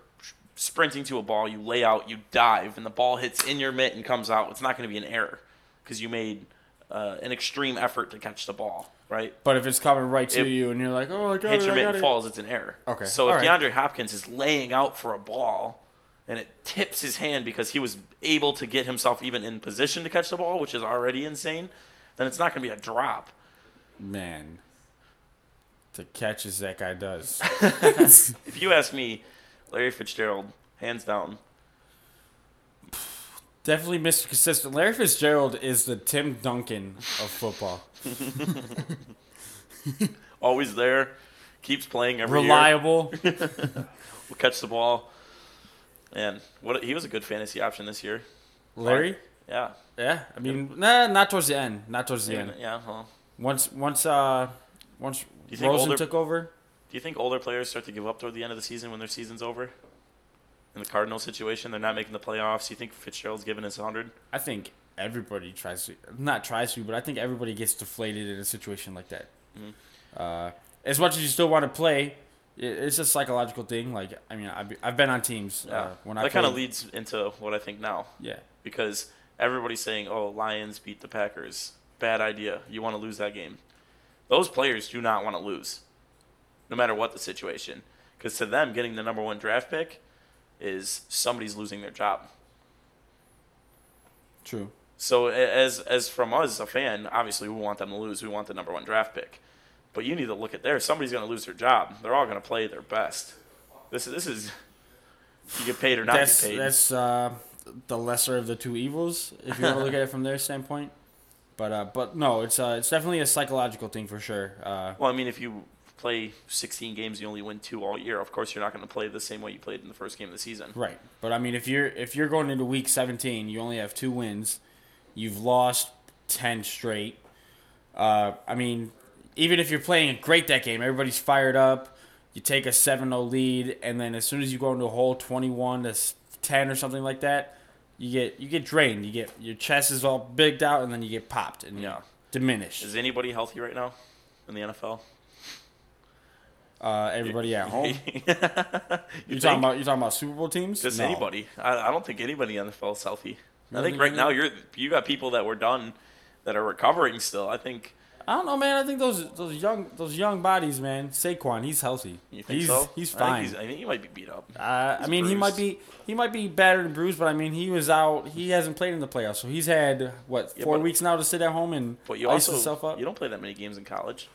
A: sprinting to a ball, you lay out, you dive, and the ball hits in your mitt and comes out, it's not going to be an error because you made uh, an extreme effort to catch the ball, right?
C: But if it's coming right to
A: it-
C: you and you're like, oh, I got
A: Hits
C: it,
A: your
C: I
A: mitt
C: got
A: and
C: it.
A: falls, it's an error.
C: Okay.
A: So if
C: All right.
A: DeAndre Hopkins is laying out for a ball and it tips his hand because he was able to get himself even in position to catch the ball, which is already insane, then it's not going to be a drop.
C: Man, the catches that guy does.
A: If you ask me, Larry Fitzgerald, hands down.
C: Definitely Mr. Consistent. Larry Fitzgerald is the Tim Duncan of football.
A: always there, keeps playing every year.
C: Reliable.
A: Will catch the ball. And what he was a good fantasy option this year.
C: Larry?
A: Yeah.
C: Yeah, I mean, nah, not towards the end. Not towards the
A: Yeah.
C: end.
A: well,
C: Once, once, uh, once
A: You think
C: Rosen
A: older-
C: took over.
A: do you think older players start to give up toward the end of the season when their season's over? In the Cardinal situation, they're not making the playoffs. You think Fitzgerald's giving us 100?
C: I think everybody tries to, not tries to, but I think everybody gets deflated in a situation like that.
A: Mm-hmm.
C: Uh, as much as you still want to play, i- it's a psychological thing. Like, I mean, I've, I've been on teams.
A: Yeah.
C: Uh, when I
A: that kind of
C: played-
A: leads into what I think now
C: Yeah,
A: because everybody's saying, "Oh, Lions beat the Packers. Bad idea. You want to lose that game." Those players do not want to lose, no matter what the situation, because to them, getting the number one draft pick is somebody's losing their job.
C: true.
A: So a- as as from us, a fan, obviously we want them to lose. We want the number one draft pick, but you need to look at there. Somebody's going to lose their job. They're all going to play their best. This this is you get paid or not
C: that's
A: get paid.
C: that's uh, the lesser of the two evils, if you want to look at it from their standpoint. But uh, but no, it's uh, it's definitely a psychological thing for sure. Uh,
A: Well, I mean, if you play 16 games, you only win two all year. Of course, you're not going to play the same way you played in the first game of the season.
C: Right. But I mean if you're if you're going into week 17, you only have two wins. You've lost 10 straight. Uh, I mean even if you're playing great that game, everybody's fired up. You take a 7-0 lead and then as soon as you go into a hole 21 to s- 10 or something like that, you get you get drained. You get your chest is all bigged out, and then you get popped and
A: Yeah.
C: yeah. diminished.
A: Is anybody healthy right now in the NFL?
C: Uh, everybody at home.
A: you
C: You're
A: think?
C: talking about you talking about Super Bowl teams?
A: just
C: No.
A: anybody? I, I don't think anybody in the NFL is healthy. I
C: don't
A: think
C: think
A: right now
C: anybody?
A: you're you got people that were done that are recovering still. I think
C: I don't know, man. I think those those young those young bodies, man. Saquon, he's healthy.
A: you think
C: he's
A: so.
C: he's
A: I
C: fine.
A: think, he's, I think he might be beat up.
C: Uh, I
A: He's
C: mean, he might
A: bruised.
C: be he might be battered and bruised, but I mean, he was out. He hasn't played in the playoffs, so he's had what
A: Yeah,
C: four
A: but-
C: weeks now to sit at home and
A: But you
C: ice
A: also
C: himself up.
A: you don't play that many games in college,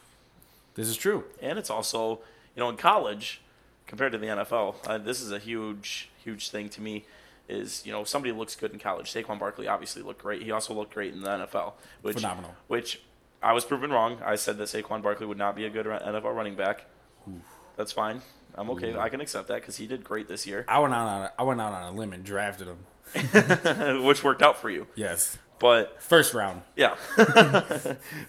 C: this is true.
A: and it's also you know in college compared to the NFL, uh, this is a huge huge thing to me. Is you know somebody looks good in college. Saquon Barkley obviously looked great. He also looked great in the NFL, which
C: Phenomenal.
A: Which I was proven wrong. I said that Saquon Barkley would not be a good run- NFL running back. That's fine. I'm okay. I can accept that because he did great this year,
C: I went out on a, I went out on a limb and drafted him.
A: which worked out for you.
C: Yes,
A: But
C: first round.
A: Yeah.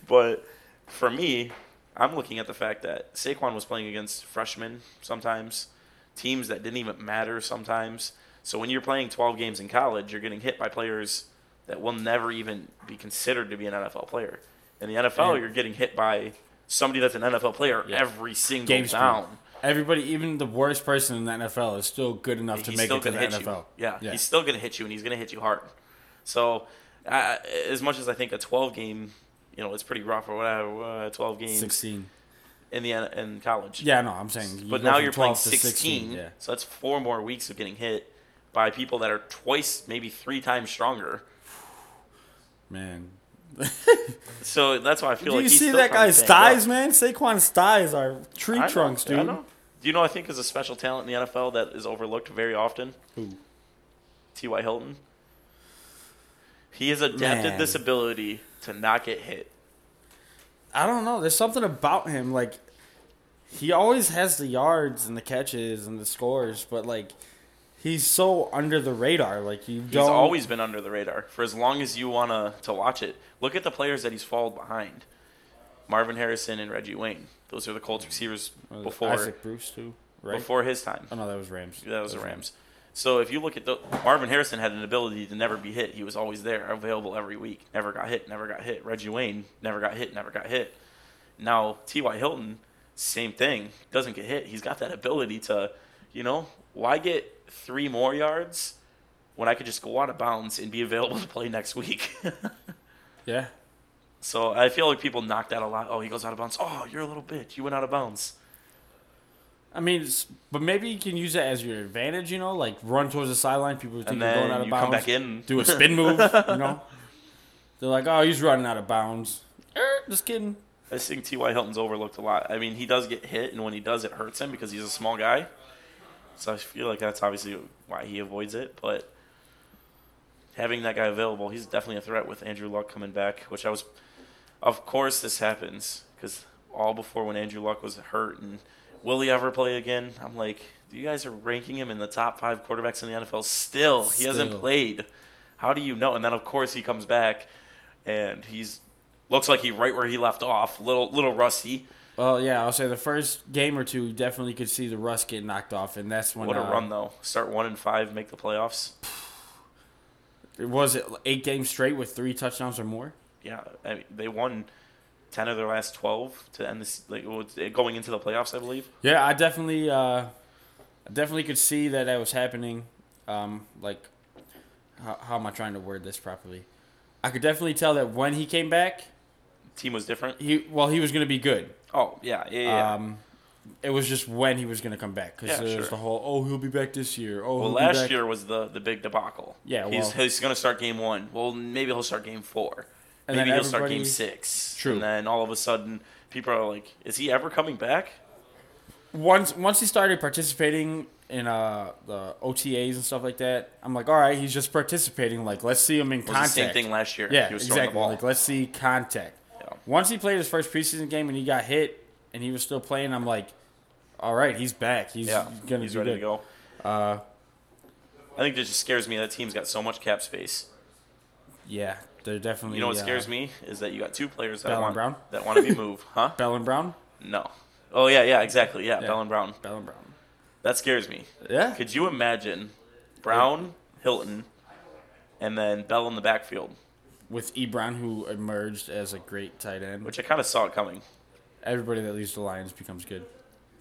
A: but for me, I'm looking at the fact that Saquon was playing against freshmen sometimes, teams that didn't even matter sometimes. So when you're playing 12 games in college, you're getting hit by players that will never even be considered to be an NFL player. In the NFL,
C: Yeah.
A: you're getting hit by somebody that's an NFL player
C: Yeah.
A: every single
C: Game speed.
A: down.
C: Everybody, even the worst person in the NFL, is still good enough to
A: he's
C: make
A: still
C: it to the
A: gonna hit
C: NFL.
A: You. Yeah,
C: yeah.
A: he's still going to hit you, and he's going to hit you hard. So, I as much as I think a 12 game, you know, it's pretty rough or whatever, uh, 12 games
C: sixteen.
A: in the N- in college.
C: Yeah, no, I'm saying. you
A: but
C: go
A: now
C: from
A: you're playing
C: 12 to
A: 16,
C: Yeah.
A: so that's four more weeks of getting hit by people that are twice, maybe three times stronger.
C: Man,
A: So that's why I feel
C: do
A: like
C: you
A: he's
C: see
A: still
C: that
A: trying to
C: guy's
A: stand up.
C: thighs, man? Saquon's thighs are tree
A: I know,
C: trunks, dude.
A: I know. Do you know I think is a special talent in the NFL that is overlooked very often?
C: Who?
A: T.Y. Hilton. He has adapted
C: Man.
A: this ability to not get hit.
C: I don't know. There's something about him. Like he always has the yards and the catches and the scores, but like he's so under the radar. Like you
A: He's
C: don't
A: always been under the radar for as long as you want to to watch it. Look at the players that he's followed behind. Marvin Harrison and Reggie Wayne. Those are the Colts receivers
C: Was it
A: before
C: Isaac Bruce too, right?
A: before his time.
C: oh no, that was Rams.
A: That was the Rams. So if you look at the Marvin Harrison had an ability to never be hit. He was always there, available every week. Never got hit. Never got hit. Reggie Wayne never got hit. Never got hit. Now T.Y. Hilton, same thing. Doesn't get hit. He's got that ability to, you know, why get three more yards when I could just go out of bounds and be available to play next week.
C: Yeah.
A: so I feel like people knock that a lot. Oh, he goes out of bounds. Oh, you're a little bitch. You went out of bounds.
C: I mean, it's, but maybe you can use that as your advantage, you know, like run towards the sideline. People think
A: And
C: you're going
A: then
C: out of
A: you
C: bounds.
A: come back in.
C: Do a spin move, you know? They're like, oh, he's running out of bounds. Er, just kidding.
A: I think T.Y. Hilton's overlooked a lot. I mean, he does get hit, and when he does, it hurts him because he's a small guy. So I feel like that's obviously why he avoids it. But having that guy available, he's definitely a threat with Andrew Luck coming back, which I was. Of course, this happens because all before when Andrew Luck was hurt and will he ever play again? I'm like, you guys are ranking him in the top five quarterbacks in the NFL still. He hasn't
C: Still.
A: played. How do you know? And then, of course, he comes back and he's looks like he right where he left off, little little rusty.
C: Well, yeah, I'll say the first game or two, you definitely could see the rust get knocked off, and that's when
A: What a
C: uh,
A: run though! Start one and five, make the playoffs.
C: It was it eight games straight with three touchdowns or more.
A: Yeah, I mean, they won ten of their last twelve to end this. Like well, it's- going into the playoffs, I believe.
C: Yeah, I definitely, uh, I definitely could see that that was happening. Um, like, how, how am I trying to word this properly? I could definitely tell that when he came back,
A: Team was different.
C: he well, he was going to be good.
A: Oh yeah, yeah, yeah.
C: Um, it was just when he was going to come back because
A: Yeah,
C: there's
A: sure.
C: the whole oh he'll be back this year. Oh,
A: well,
C: he'll be
A: last
C: back.
A: year was the the big debacle.
C: Yeah,
A: he's
C: well-
A: he's gonna start game one. Well, maybe he'll start game four.
C: And
A: maybe
C: then
A: he'll start game
C: everybody-
A: six.
C: True.
A: And then all of a sudden, people are like, "Is he ever coming back?"
C: once once he started participating in uh the OTAs and stuff like that, I'm like, all right, he's just participating. Like, let's see him in
A: It was
C: contact.
A: the same thing last year.
C: yeah,
A: he was throwing the
C: exactly.
A: ball.
C: Like, let's see contact.
A: Yeah.
C: Once he played his first preseason game and he got hit and he was still playing, I'm like, all right, he's back. He's
A: Yeah,
C: gonna
A: he's
C: do
A: ready
C: good. Uh,
A: to go. I think that just scares me. That team's got so much cap space.
C: Yeah, they're definitely.
A: You know what
C: uh,
A: scares me is that you got two players that
C: Bell and
A: want
C: Brown?
A: that want to be moved, huh?
C: Bell and Brown.
A: No. Oh yeah, yeah, exactly. Yeah, Bell and Brown.
C: Bell and Brown.
A: That scares me.
C: Yeah.
A: Could you imagine Brown, Hilton, and then Bell in the backfield,
C: with Ebron, who emerged as a great tight end.
A: which I kind of saw it coming.
C: Everybody that leaves the Lions becomes good.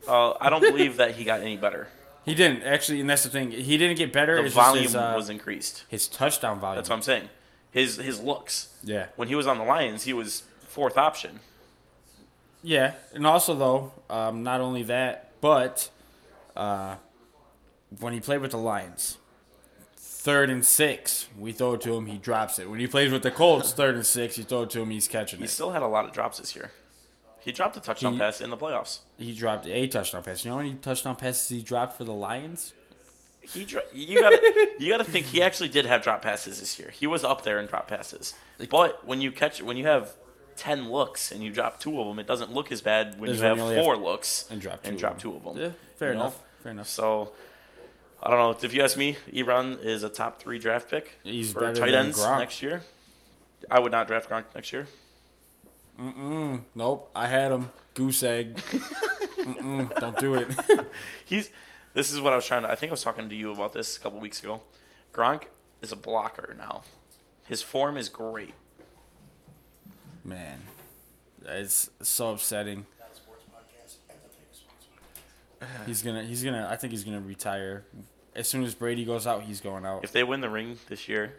A: Uh, I don't believe that he got any better.
C: He didn't actually, and that's the thing. He didn't get better.
A: The
C: it's just
A: volume
C: his, uh,
A: was increased.
C: his touchdown volume.
A: That's what I'm saying. His his looks.
C: yeah,
A: When he was on the Lions, he was fourth option.
C: yeah, and also though, um, not only that, but uh, when he played with the Lions, third and six, we throw it to him, he drops it. When he plays with the Colts, third and six, you throw it to him, he's catching
A: He
C: it.
A: still had a lot of drops this year. He dropped a touchdown
C: He-
A: pass in the playoffs.
C: He dropped a touchdown pass. You know how many touchdown passes he dropped for the Lions?
A: He dro- you gotta you gotta think he actually did have drop passes this year. He was up there in drop passes. But when you catch when you have ten looks and you drop two of them, it doesn't look as bad when
C: As
A: you
C: when
A: have
C: you only have-
A: four looks
C: and drop two
A: and
C: of
A: drop
C: them.
A: two of them.
C: Yeah, fair
A: You know?
C: enough. Fair enough.
A: So I don't know. If you ask me, Ebron is a top three draft pick
C: He's
A: for
C: better
A: tight
C: than
A: ends
C: Gronk.
A: next year. I would not draft Gronk next year.
C: Mm-mm. Nope, I had him. Goose egg. Mm-mm, don't do it.
A: He's. This is what I was trying to. I think I was talking to you about this a couple weeks ago. Gronk is a blocker now. His form is great.
C: Man, it's so upsetting. He's gonna, he's gonna. I think he's gonna retire. As soon as Brady goes out, he's going out.
A: If they win the ring this year,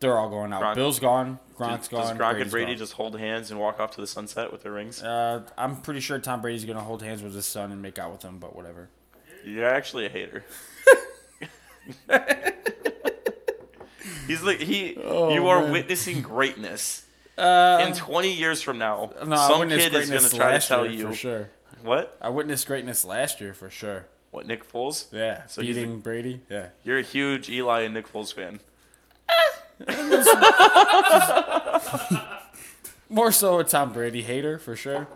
C: They're all going out.
A: Gronk-
C: Bill's gone.
A: does,
C: Gronk's
A: does
C: gone.
A: Gronk
C: Brady's
A: and Brady
C: gone.
A: just hold hands and walk off to the sunset with their rings?
C: Uh, I'm pretty sure Tom Brady's gonna hold hands with his son and make out with him, but whatever.
A: You're actually a hater. He's like he.
C: Oh,
A: you are
C: man.
A: witnessing greatness.
C: Uh,
A: In 20 years from now,
C: no, I
A: some
C: witnessed
A: kid is going
C: greatness
A: to try to
C: last
A: tell
C: year
A: you
C: for sure.
A: what
C: I witnessed greatness last year for sure.
A: what Nick Foles.
C: Yeah,
A: So he's
C: beating Brady. Yeah,
A: You're a huge Eli and Nick Foles fan.
C: more so a Tom Brady hater for sure.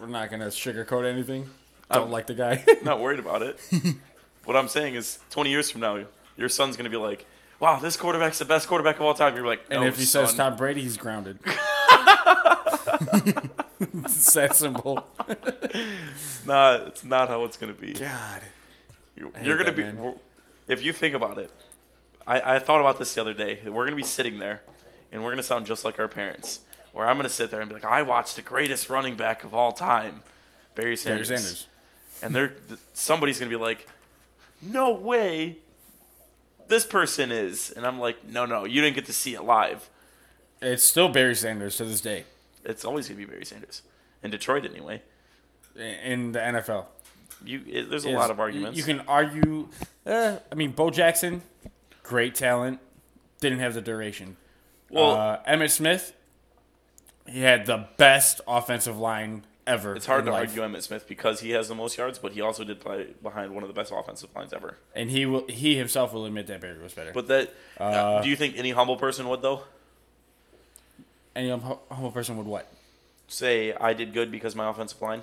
C: We're not gonna sugarcoat anything. Don't
A: Um,
C: like the guy.
A: not worried about it. what I'm saying is, 20 years from now, your son's going to be like, "Wow, this quarterback's the best quarterback of all time." You're like,
C: And
A: "No,
C: if he says
A: son."
C: Tom Brady, he's grounded. it's that simple.
A: nah, it's not how it's going to be."
C: God.
A: You're,
C: hate
A: you're going to
C: that,
A: be.
C: man.
A: we're- If you think about it, I, I thought about this the other day. We're going to be sitting there, and we're going to sound just like our parents. Where I'm going to sit there and be like, "I watched the greatest running back of all time, Barry
C: Barry
A: Sanders,",
C: Sanders.
A: and they're, th- somebody's going to be like, "No way." This person is, and I'm like, no, no, you didn't get to see it live.
C: It's still Barry Sanders to this day
A: It's always gonna be Barry Sanders in Detroit anyway.
C: i- in the NFL.
A: You, it, there's a lot of arguments.
C: You can argue. Uh, I mean, Bo Jackson, great talent, didn't have the duration.
A: well,
C: uh, Emmett Smith, he had the best offensive line ever.
A: it's hard
C: in
A: to
C: life.
A: argue Emmett Smith because he has the most yards, but he also did play behind one of the best offensive lines ever.
C: and he will. He himself will admit that Barry was better.
A: But that,
C: Uh,
A: do you think any humble person would though?
C: Any hum- humble person would what?
A: Say I did good because my offensive line.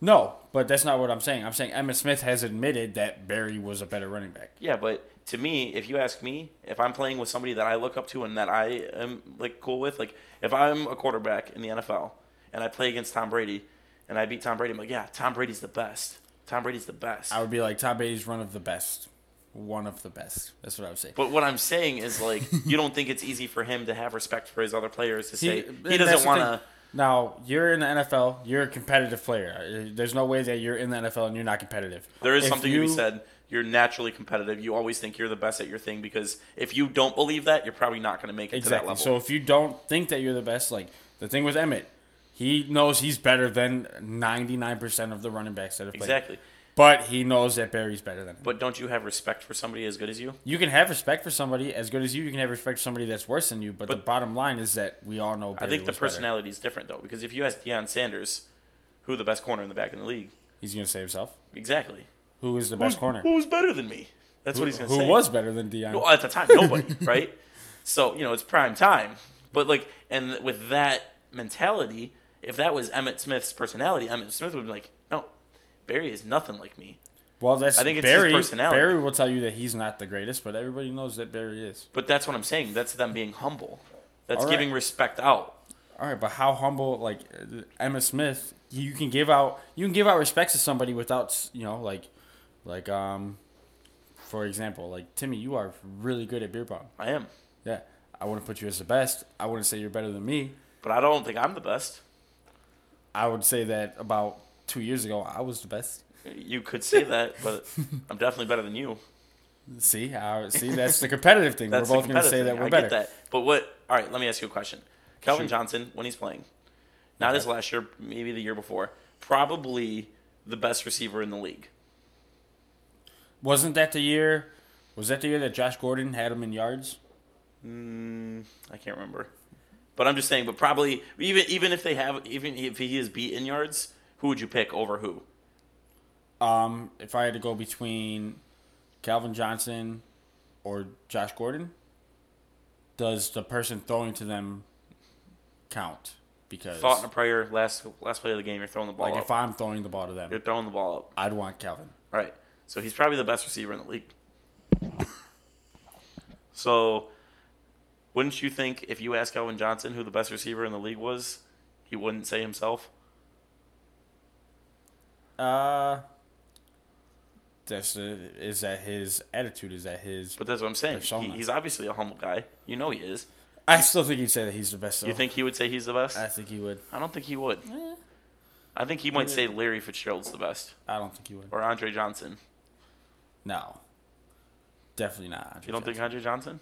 C: No, but that's not what I'm saying. I'm saying Emmitt Smith has admitted that Barry was a better running back.
A: Yeah, but to me, if you ask me, if I'm playing with somebody that I look up to and that I am like cool with, like if I'm a quarterback in the NFL and I play against Tom Brady and I beat Tom Brady, I'm like, yeah, Tom Brady's the best. Tom Brady's the best.
C: I would be like Tom Brady's one of the best, one of the best. That's what I would say.
A: But what I'm saying is, like, you don't think it's easy for him to have respect for his other players to say
C: and
A: he
C: that's
A: doesn't
C: the
A: want to.
C: thing. Now you're in the NFL. You're a competitive player. Uh, There's no way that you're in the NFL and you're not competitive.
A: There is
C: If
A: something to be
C: you-
A: said. You're naturally competitive. You always think you're the best at your thing because if you don't believe that, you're probably not going to make it to that
C: Exactly.
A: level.
C: So if you don't think that you're the best, like the thing with Emmett, he knows he's better than 99% of the running backs that have played.
A: exactly.
C: But he knows that Barry's better than him.
A: But don't you have respect for somebody as good as you?
C: you can have respect for somebody as good as you. You can have respect for somebody that's worse than you. But, the bottom line is that we all know.
A: I
C: Barry
A: think the
C: was better.
A: personality is different though, because if you ask Deion Sanders, who the best corner in the back in the league,
C: He's gonna say himself.
A: exactly.
C: Who is the best corner?
A: Who's better than me? That's what he's going to
C: Who
A: say.
C: was better than Dion?
A: Well, at the time, nobody, right? So you know, it's prime time. But like, and with that mentality, if that was Emmett Smith's personality, Emmett Smith would be like, no, Barry is nothing like me.
C: well, that's
A: I think it's his
C: Barry.
A: personality.
C: Barry will tell you that he's not the greatest, but everybody knows that Barry is.
A: But that's what I'm saying. That's them being humble. That's
C: All right.
A: giving respect out.
C: All right, but how humble like uh, Emma Smith? You can give out you can give out respects to somebody without you know like like um for example like Timmy, you are really good at beer pong.
A: I am.
C: Yeah, I wouldn't put you as the best. I wouldn't say you're better than me.
A: But I don't think I'm the best.
C: I would say that about two years ago, I was the best.
A: You could say that, but I'm definitely better than you.
C: See, I, see, that's the competitive thing.
A: That's
C: we're both
A: the
C: going to
A: competitive
C: say that
A: thing.
C: we're
A: I
C: better.
A: get that. But what? All right, let me ask you a question. Calvin
C: Shoot.
A: Johnson, when he's playing, not his last year, maybe the year before, probably the best receiver in the league.
C: Wasn't that the year? Was that the year that Josh Gordon had him in yards?
A: Mm, I can't remember, but I'm just saying. But probably even even if they have even if he is beat in yards, who would you pick over who?
C: Um, if I had to go between Calvin Johnson or Josh Gordon, does the person throwing to them count? Because
A: Thought and a prayer. Last last play of the game, you're throwing the ball.
C: like
A: up.
C: if I'm throwing the ball to them,
A: You're throwing the ball up.
C: I'd want Calvin.
A: Right. So he's probably the best receiver in the league. So wouldn't you think if you asked Calvin Johnson who the best receiver in the league was, he wouldn't say himself?
C: Uh, that's uh, is that his attitude? Is that his?
A: But that's what I'm saying. He,
C: Persona.
A: he's obviously a humble guy. You know he is.
C: I still think he'd say that he's the best.
A: You
C: though.
A: think he would say he's the best?
C: I think he would.
A: I don't think he would. I think he might say Larry Fitzgerald's the best
C: I don't think he would.
A: or Andre Johnson.
C: No, definitely not. Andre
A: You don't think
C: Johnson.
A: Andre Johnson?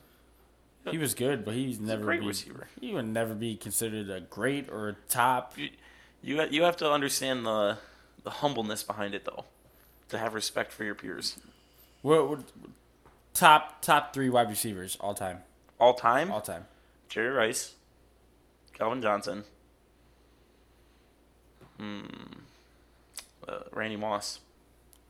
C: he was good, but he's
A: He's
C: never
A: a great
C: be-
A: receiver.
C: He would never be considered a great or a top.
A: You, you you have to understand the the humbleness behind it though, to have respect for your peers.
C: What would top top three wide receivers all time?
A: All time,
C: All time.
A: Jerry Rice, Calvin Johnson, hmm, uh, Randy Moss.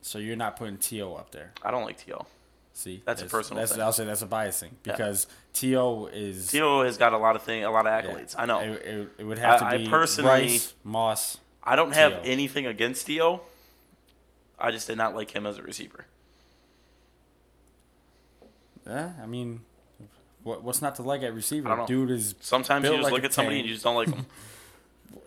C: So you're not putting To up there.
A: I don't like T.O.
C: See,
A: That's a personal
C: That's,
A: thing.
C: I'll say that's a bias thing
A: Yeah.
C: because To is
A: T.O. has got a lot of thing, a lot of
C: yeah.
A: accolades. I know.
C: It, it- it would have
A: I-
C: to
A: I
C: be
A: personally-
C: Rice, Moss.
A: I don't have
C: T.O..
A: anything against T.O. I just did not like him as a receiver.
C: Yeah, I mean, what, what's not to like at
A: I don't
C: receiver?
A: know.
C: Dude is
A: Sometimes
C: Built
A: you just
C: like
A: look
C: a
A: at somebody
C: tank.
A: and you just don't like them.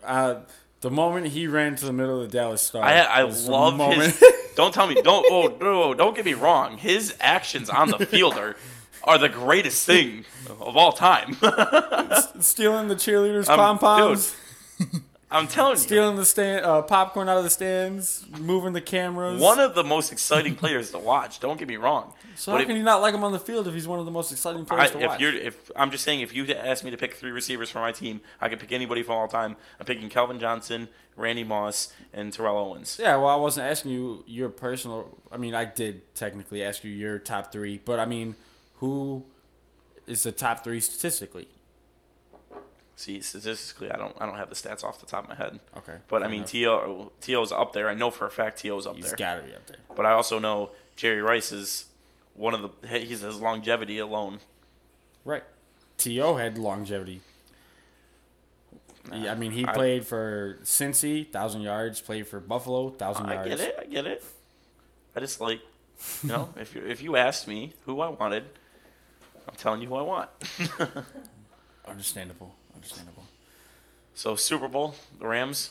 C: uh, the moment he ran to the middle of the Dallas Star.
A: I I
C: was the
A: love
C: moment-
A: his. Don't tell me. Don't. Oh no! Don't get me wrong. His actions on the field are are the greatest thing of all time.
C: stealing the cheerleaders
A: I'm-
C: pom poms,
A: Um, dude. I'm telling you.
C: stealing the stand uh, popcorn out of the stands, moving the cameras.
A: one of the most exciting players to watch. Don't get me wrong.
C: so
A: But
C: how
A: if,
C: can you not like him on the field if he's one of the most exciting
A: I,
C: players to watch?
A: if you're, if I'm just saying, if you asked me to pick three receivers for my team, I could pick anybody from all time. I'm picking Calvin Johnson, Randy Moss, and Terrell Owens.
C: yeah, well, I wasn't asking you your personal. I mean, I did technically ask you your top three, but I mean, who is the top three statistically?
A: See, statistically, I don't I don't have the stats off the top of my head.
C: Okay,
A: But I
C: fair
A: mean,
C: enough.
A: T.O. T.O.'s up there. I know for a fact T.O.'s up
C: He's
A: there.
C: got to be up there.
A: But I also know Jerry Rice is one of the he's his longevity alone.
C: Right. T.O. had longevity. Yeah, I mean, he
A: I-
C: played for Cincy, 1,000 yards, played for Buffalo, 1,000
A: I
C: yards.
A: get it. I get it. I just like, you know, if you if you asked me who I wanted, I'm telling you who I want.
C: Understandable. Understandable.
A: So Super Bowl, the Rams,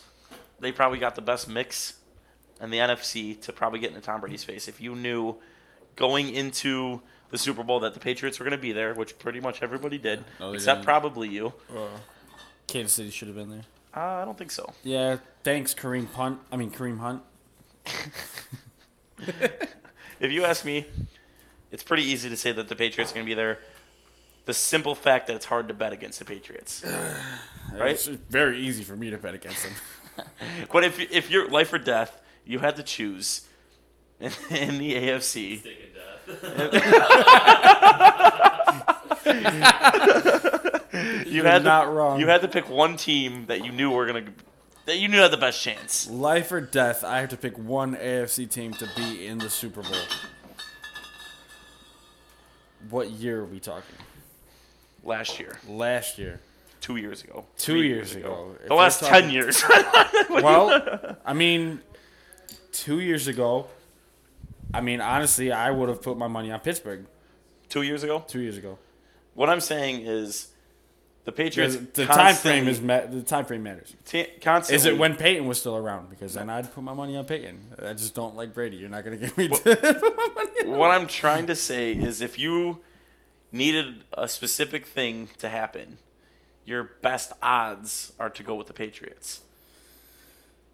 A: they probably got the best mix in the NFC to probably get into Tom Brady's face. If you knew going into the Super Bowl that the Patriots were going to be there, which pretty much everybody did,
C: No, they
A: except
C: didn't.
A: probably you.
C: Kansas City should have been there.
A: Uh, I don't think so.
C: Yeah, thanks, Kareem Punt. I mean, Kareem Hunt.
A: If you ask me, it's pretty easy to say that the Patriots are going to be there. The simple fact that it's hard to bet against the Patriots, right?
C: It's very easy for me to bet against him.
A: But if if you're life or death, you had to choose in, in the AFC.
B: Dick and death.
A: You
C: You're
A: had to,
C: not wrong.
A: You had to pick one team that you knew were gonna that you knew had the best chance.
C: Life or death, I have to pick one AFC team to be in the Super Bowl. What year are we talking?
A: Last year,
C: Last year.
A: two years ago,
C: Two
A: three
C: years ago. If
A: the
C: we're
A: last ten
C: talking-
A: years.
C: well, I mean, two years ago, I mean, honestly, I would have put my money on Pittsburgh
A: two years ago.
C: two years ago.
A: What I'm saying is, the Patriots.
C: The, the time frame is ma- the time frame matters.
A: t- constantly.
C: Is it when Peyton was still around? Because then I'd put my money on Peyton. I just don't like Brady. You're not gonna give me.
A: What I'm trying to say is, if you needed a specific thing to happen, your best odds are to go with the Patriots.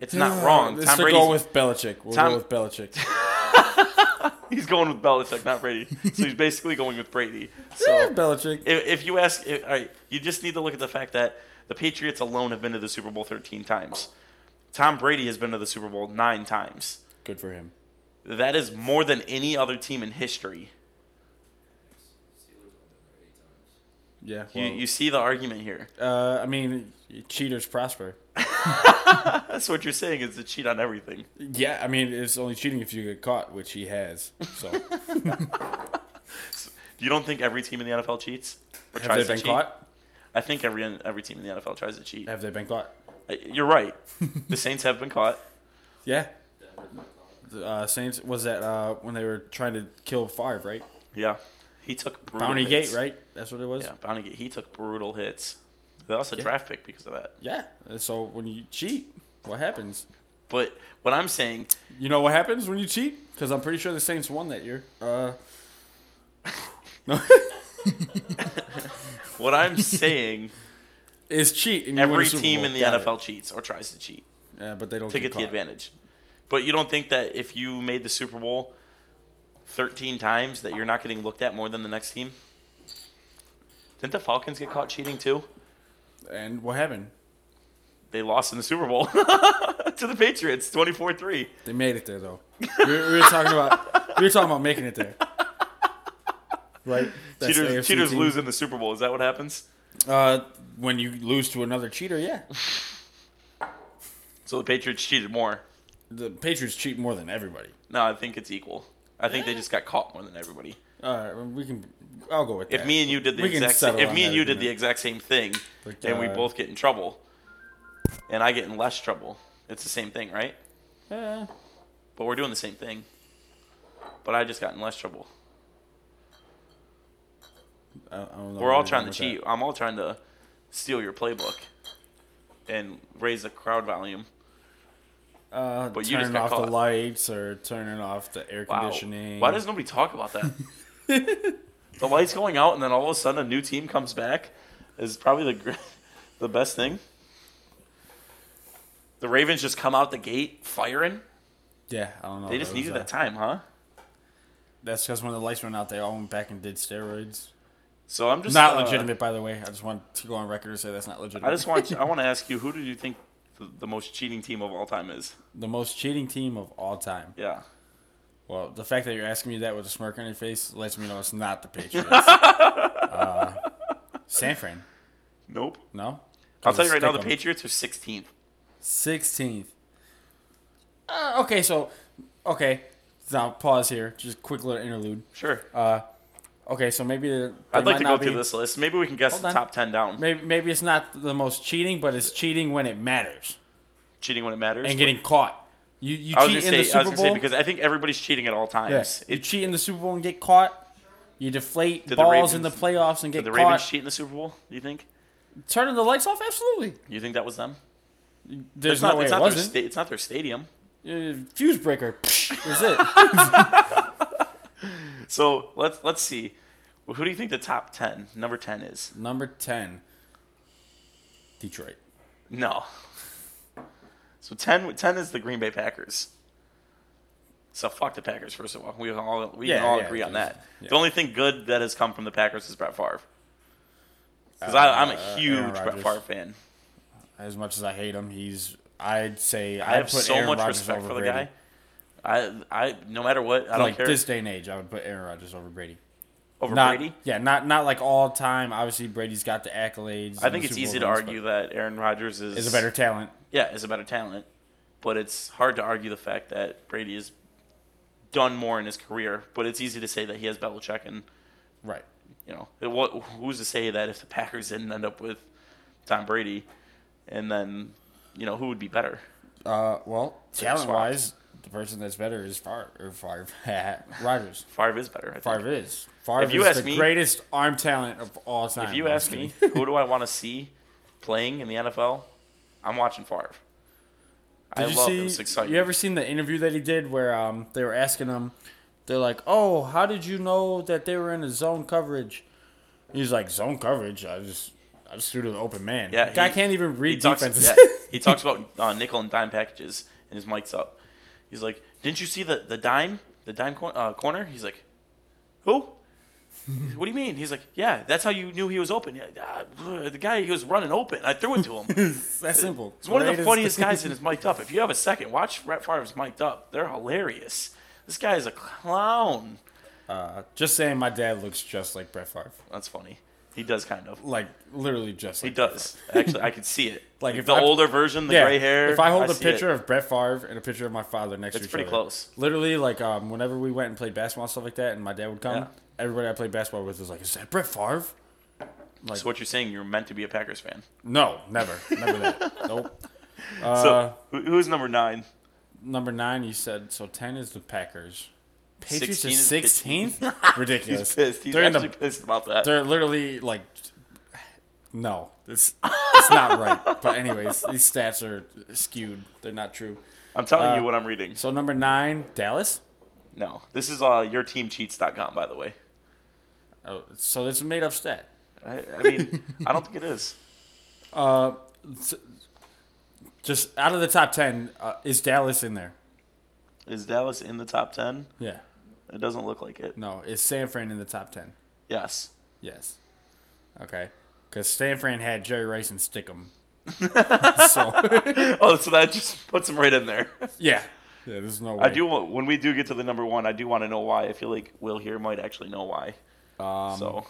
A: It's not wrong.
C: This
A: Tom
C: to
A: Brady's
C: go with Belichick. We'll
A: Tom-
C: go with Belichick.
A: he's going with Belichick, not Brady. so he's basically going with Brady.
C: Eh,
A: So
C: Belichick.
A: if, if you ask, if, all right, you just need to look at the fact that the Patriots alone have been to the Super Bowl 13 times. Tom Brady has been to the Super Bowl nine times.
C: Good for him.
A: That is more than any other team in history.
C: Yeah.
A: You,
C: well,
A: you see the argument here.
C: uh, I mean, cheaters prosper.
A: That's what you're saying is to cheat on everything.
C: Yeah, I mean, it's only cheating if you get caught, which he has. So,
A: You don't think every team in the NFL cheats? Or
C: have they been
A: cheat?
C: caught?
A: I think every every team in the NFL tries to cheat.
C: Have they been caught?
A: Uh, You're right. the Saints have been caught.
C: Yeah. The, Uh, Saints was that uh, when they were trying to kill Favre, right?
A: Yeah, he took brutal
C: Bounty
A: hits.
C: Gate, right? That's what it was.
A: Yeah, Bounty Gate. He took brutal hits. They lost a
C: Yeah.
A: draft pick because of that.
C: Yeah. And So when you cheat, what happens?
A: But what I'm saying,
C: You know what happens when you cheat? Because I'm pretty sure the Saints won that year. Uh, no,
A: what I'm saying,
C: is cheat. And you win a
A: every
C: Super
A: team
C: Bowl.
A: in the
C: Got it.
A: NFL cheats or tries to cheat
C: Yeah, but they don't
A: to get the
C: caught.
A: advantage. But you don't think that if you made the Super Bowl 13 times that you're not getting looked at more than the next team? Didn't the Falcons get caught cheating too?
C: And what happened?
A: They lost in the Super Bowl to the Patriots 24-3.
C: They made it there though. we, were, we were talking about we were talking about making it there. Right? That's the
A: Cheaters,
C: AFC
A: cheaters
C: team.
A: lose in the Super Bowl. Is that what happens?
C: Uh, when you lose to another cheater, yeah.
A: So the Patriots cheated more.
C: The Patriots cheat more than everybody.
A: No, I think it's equal. I think they just got caught more than everybody.
C: All right, well, Uh, we can. I'll go with that.
A: If me and you did the
C: We can
A: exact same,
C: settle
A: if
C: on
A: me and
C: that
A: you did
C: argument.
A: the exact same thing,
C: Like,
A: and we
C: uh,
A: both get in trouble, and I get in less trouble, it's the same thing, right?
C: Eh,
A: But we're doing the same thing. But I just got in less trouble.
C: I, I don't know
A: We're
C: where
A: all
C: I'm
A: trying to
C: with
A: cheat. I'm all trying to steal your playbook and raise the crowd volume.
C: that. Uh,
A: But you
C: turning
A: just got
C: off
A: caught.
C: the lights or turning off the air
A: Wow.
C: conditioning.
A: Why does nobody talk about that? the lights going out, and then all of a sudden a new team comes back is probably the gr- the best thing. The Ravens just come out the gate firing.
C: Yeah, I don't know.
A: They just
C: That was,
A: needed
C: uh,
A: that time, huh?
C: That's because when the lights went out, they all went back and did steroids.
A: So I'm just
C: Not
A: uh,
C: legitimate, by the way. I just want to go on record to say that's not legitimate.
A: I just want I want to ask you, who do you think the, the most cheating team of all time is?
C: the most cheating team of all time.
A: Yeah,
C: Well, the fact that you're asking me that with a smirk on your face lets me know it's not the Patriots. uh, San Fran,
A: nope.
C: no.
A: I'll tell you right now, the
C: Stick 'em.
A: Patriots are 16th.
C: 16th. Uh, okay, so, okay. Now, pause here. Just quick little interlude.
A: Sure,
C: Okay, so maybe. the-
A: I'd
C: Uh, they
A: like
C: might
A: to
C: not
A: go through
C: be-
A: this list. Maybe we can guess
C: Hold
A: the
C: on.
A: top 10 down.
C: Maybe, maybe it's not the most cheating, but it's cheating when it matters
A: Cheating when it matters.
C: and getting caught. You, you
A: I was
C: cheat
A: gonna
C: in
A: say, I
C: the
A: was
C: Super
A: gonna say
C: Bowl.
A: because I think everybody's cheating at all times.
C: Yes. You
A: It-
C: cheat in the Super Bowl and get caught. You deflate
A: Did the
C: balls in the
A: Ravens-
C: playoffs and
A: did
C: get
A: the
C: caught.
A: Ravens cheat in the Super Bowl? Do you think?
C: Turning the lights off? Absolutely.
A: You think that was them?
C: There's
A: It's
C: no
A: not.
C: way
A: it's
C: it
A: not their.
C: wasn't.
A: Sta- it's not their stadium.
C: Uh, fuse breaker. That's it.
A: So let's let's see. Well, who do you think the top ten, number ten is?
C: Number 10, Detroit.
A: No. So 10, 10 is the Green Bay Packers. So fuck the Packers. First of all, we can all we can
C: Yeah,
A: all
C: yeah,
A: agree on
C: because-
A: that.
C: yeah.
A: The only thing good that has come from the Packers is Brett Favre. Because
C: Uh,
A: I'm
C: uh,
A: a
C: Aaron
A: huge Brett
C: Rodgers.
A: Favre fan.
C: As much as I hate him, he's. I'd say
A: I
C: I'd
A: have
C: put
A: so
C: Aaron
A: much
C: Rodgers
A: respect
C: over
A: for the
C: Brady.
A: guy. I I no matter what, I don't
C: like
A: care
C: this day and age, I would put Aaron Rodgers over Brady.
A: over
C: not,
A: Brady.
C: Yeah, not not like all time. Obviously, Brady's got the accolades.
A: I think
C: and the
A: it's
C: Super Bowl
A: easy to
C: rings,
A: argue that Aaron Rodgers is
C: but Is a better talent.
A: yeah is a better talent, but it's hard to argue the fact that Brady has done more in his career. But it's easy to say that he has Belichick, and
C: Right.
A: you know it- what who's to say that if the Packers didn't end up with Tom Brady, and then you know who would be better?
C: Uh, well,
A: like
C: talent wise, the person that's better is Favre. Or Favre. Rodgers.
A: Favre is better. I think.
C: Favre is. Favre
A: If you
C: is
A: ask
C: the
A: me-
C: greatest arm talent of all time.
A: If you ask me, who do I want to see playing in the NFL? I'm watching Favre. I
C: Did you
A: love
C: see,
A: him. It's exciting.
C: You ever seen the interview that he did where um, they were asking him, they're like, oh, how did you know that they were in a zone coverage? He's like zone coverage. I just I just threw to the open man.
A: Yeah,
C: guy
A: he-
C: can't even read
A: talks,
C: defenses.
A: yeah, he talks about uh, nickel and dime packages, and his mic's up. He's like, "Didn't you see the the dime, the dime cor- uh, corner?" He's like, "Who? what do you mean?" He's like, "Yeah, that's how you knew he was open. Yeah, uh, the guy he was running open. I threw it to him."
C: It's that simple.
A: It's one of the
C: Greatest-
A: funniest guys in his mic'd up. If you have a second, watch Brett Favre's mic'd up. They're hilarious. This guy is a clown.
C: Uh, just saying, my dad looks just like Brett Favre.
A: That's funny. He does kind of.
C: Like literally just.
A: He
C: Like
A: does. Actually, I can see it.
C: Like,
A: Like
C: if
A: the
C: I-
A: older version, the
C: Yeah,
A: gray hair.
C: If I hold a
A: see it.
C: picture of Brett Favre and a picture of my father next
A: It's
C: to each
A: pretty
C: other,
A: close.
C: Literally, like um, whenever we went and played basketball and stuff like that, and my dad would come,
A: Yeah.
C: everybody I played basketball with was like, "Is that Brett Favre?"
A: so what you're saying, you're meant to be a Packers fan.
C: No, never, never that. Nope. Uh,
A: So who who's number nine?
C: number nine, you said. So ten is the Packers. Patriots
A: 16
C: are
A: is the-
C: sixteenth. Ridiculous.
A: He's pissed. He's
C: they're in the-
A: actually pissed about that.
C: They're literally like, no, it's it's not right. But anyways, these stats are skewed. They're not true.
A: I'm telling
C: uh,
A: you what I'm reading.
C: So number nine, Dallas.
A: No, this is uh, yourteamcheats.com, by the way.
C: Oh, so that's a made up stat.
A: I, I mean, I don't think it is.
C: Uh, s- just out of the top ten, uh, is Dallas in there?
A: Is Dallas in the top ten?
C: Yeah.
A: It doesn't look like it.
C: No, is San Fran in the top ten?
A: Yes.
C: Yes. Okay. Because San Fran had Jerry Rice and Stickum. so
A: Oh, so that just puts him right in there.
C: yeah, yeah. There's no way.
A: I do want when we do get to the number one, I do want to know why. I feel like Will here might actually know why.
C: Um,
A: so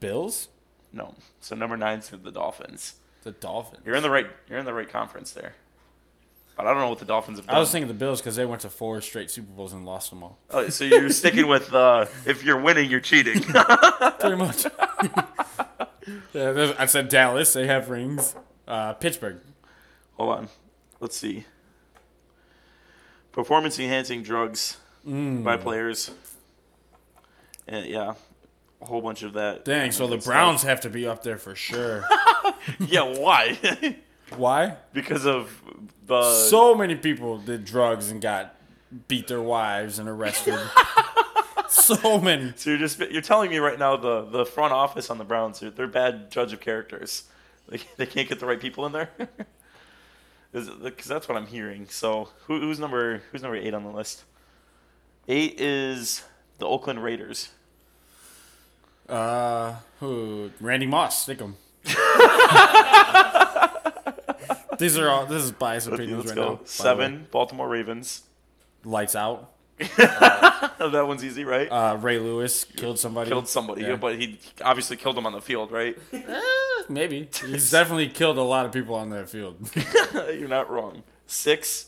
C: Bills,
A: no. So number nine's the Dolphins.
C: the Dolphins.
A: You're in the right. You're in the right conference there. But I don't know what the Dolphins have done.
C: I was thinking the Bills because they went to four straight Super Bowls and lost them all.
A: Oh, so you're sticking with uh, if you're winning, you're cheating.
C: Pretty much. yeah, there's- I said Dallas. They have rings. Uh, Pittsburgh.
A: Hold on. Let's see. Performance enhancing drugs
C: Mm.
A: by players. And yeah, a whole bunch of that.
C: Dang. So the
A: Stuff.
C: Browns have to be up there for sure.
A: Yeah, why?
C: Why?
A: because of the
C: so many people did drugs and got beat their wives and arrested. so many.
A: So you're just you're telling me right now the the front office on the Browns they're, they're bad judge of characters. They, they can't get the right people in there. Because that's what I'm hearing. So who, who's number who's number eight on the list? Eight is the Oakland Raiders.
C: Uh, who? Randy Moss. Stick him. These are all. This is biased
A: Let's
C: opinions right
A: go.
C: now. by the way.
A: Seven Baltimore Ravens.
C: Lights out.
A: that one's easy, right?
C: Uh, Ray Lewis killed somebody.
A: killed somebody,
C: yeah.
A: but he obviously killed him on the field, right?
C: Maybe he's definitely killed a lot of people on that field.
A: you're not wrong. Six.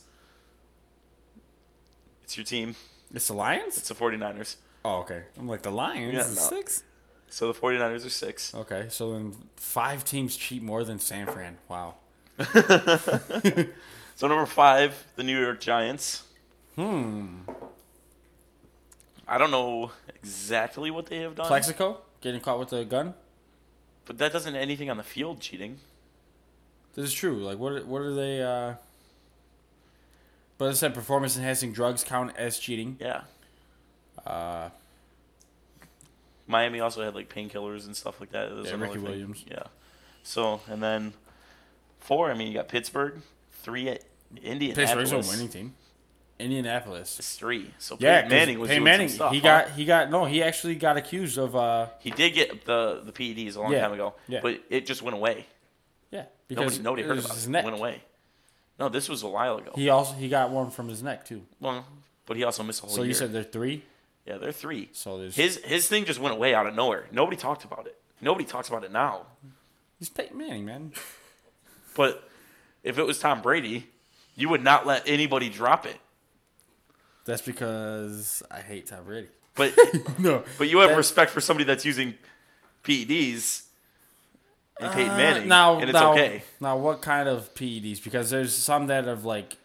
A: It's your team.
C: It's the Lions.
A: It's the 49ers.
C: Oh, okay. I'm like the Lions.
A: Yeah,
C: is
A: no.
C: Six.
A: So the 49ers are six.
C: Okay, so then five teams cheat more than San Fran. Wow.
A: So number five, the New York Giants.
C: Hmm.
A: I don't know exactly what they have done,
C: Plexico getting caught with a gun.
A: but that doesn't anything on the field cheating.
C: This is true. Like, what? are- What are they? uh But I said performance enhancing drugs count as cheating.
A: Yeah,
C: Uh,
A: Miami also had like painkillers and stuff like that. That was
C: Yeah,
A: another
C: Ricky
A: thing.
C: Williams.
A: Yeah. So and then four. I mean, you got Pittsburgh, three at Indianapolis.
C: Pittsburgh's a winning team. Indianapolis.
A: It's three. So
C: Yeah,
A: Peyton Manning was
C: Peyton
A: doing
C: Manning.
A: some stuff.
C: he
A: huh?
C: got. He got. No, he actually got accused of. uh
A: He did get the the PEDs a long
C: Yeah,
A: time ago,
C: yeah.
A: but it just went away.
C: Yeah,
A: Nobody nobody heard
C: was
A: about
C: his
A: it.
C: neck.
A: Went away. No, this was a while ago.
C: He also he got one from his neck too.
A: well, but he also missed a whole
C: So
A: year.
C: you said there are three.
A: yeah, they're three.
C: So there's
A: His his thing just went away out of nowhere. Nobody talked about it. Nobody talks about it now.
C: he's Peyton Manning, man.
A: But if it was Tom Brady, you would not let anybody drop it.
C: That's because I hate Tom Brady.
A: But
C: No,
A: but you have
C: That-
A: respect for somebody that's using PEDs and Peyton Manning,
C: Uh, now
A: and it's
C: now,
A: okay.
C: Now what kind of PEDs? Because there's some that have like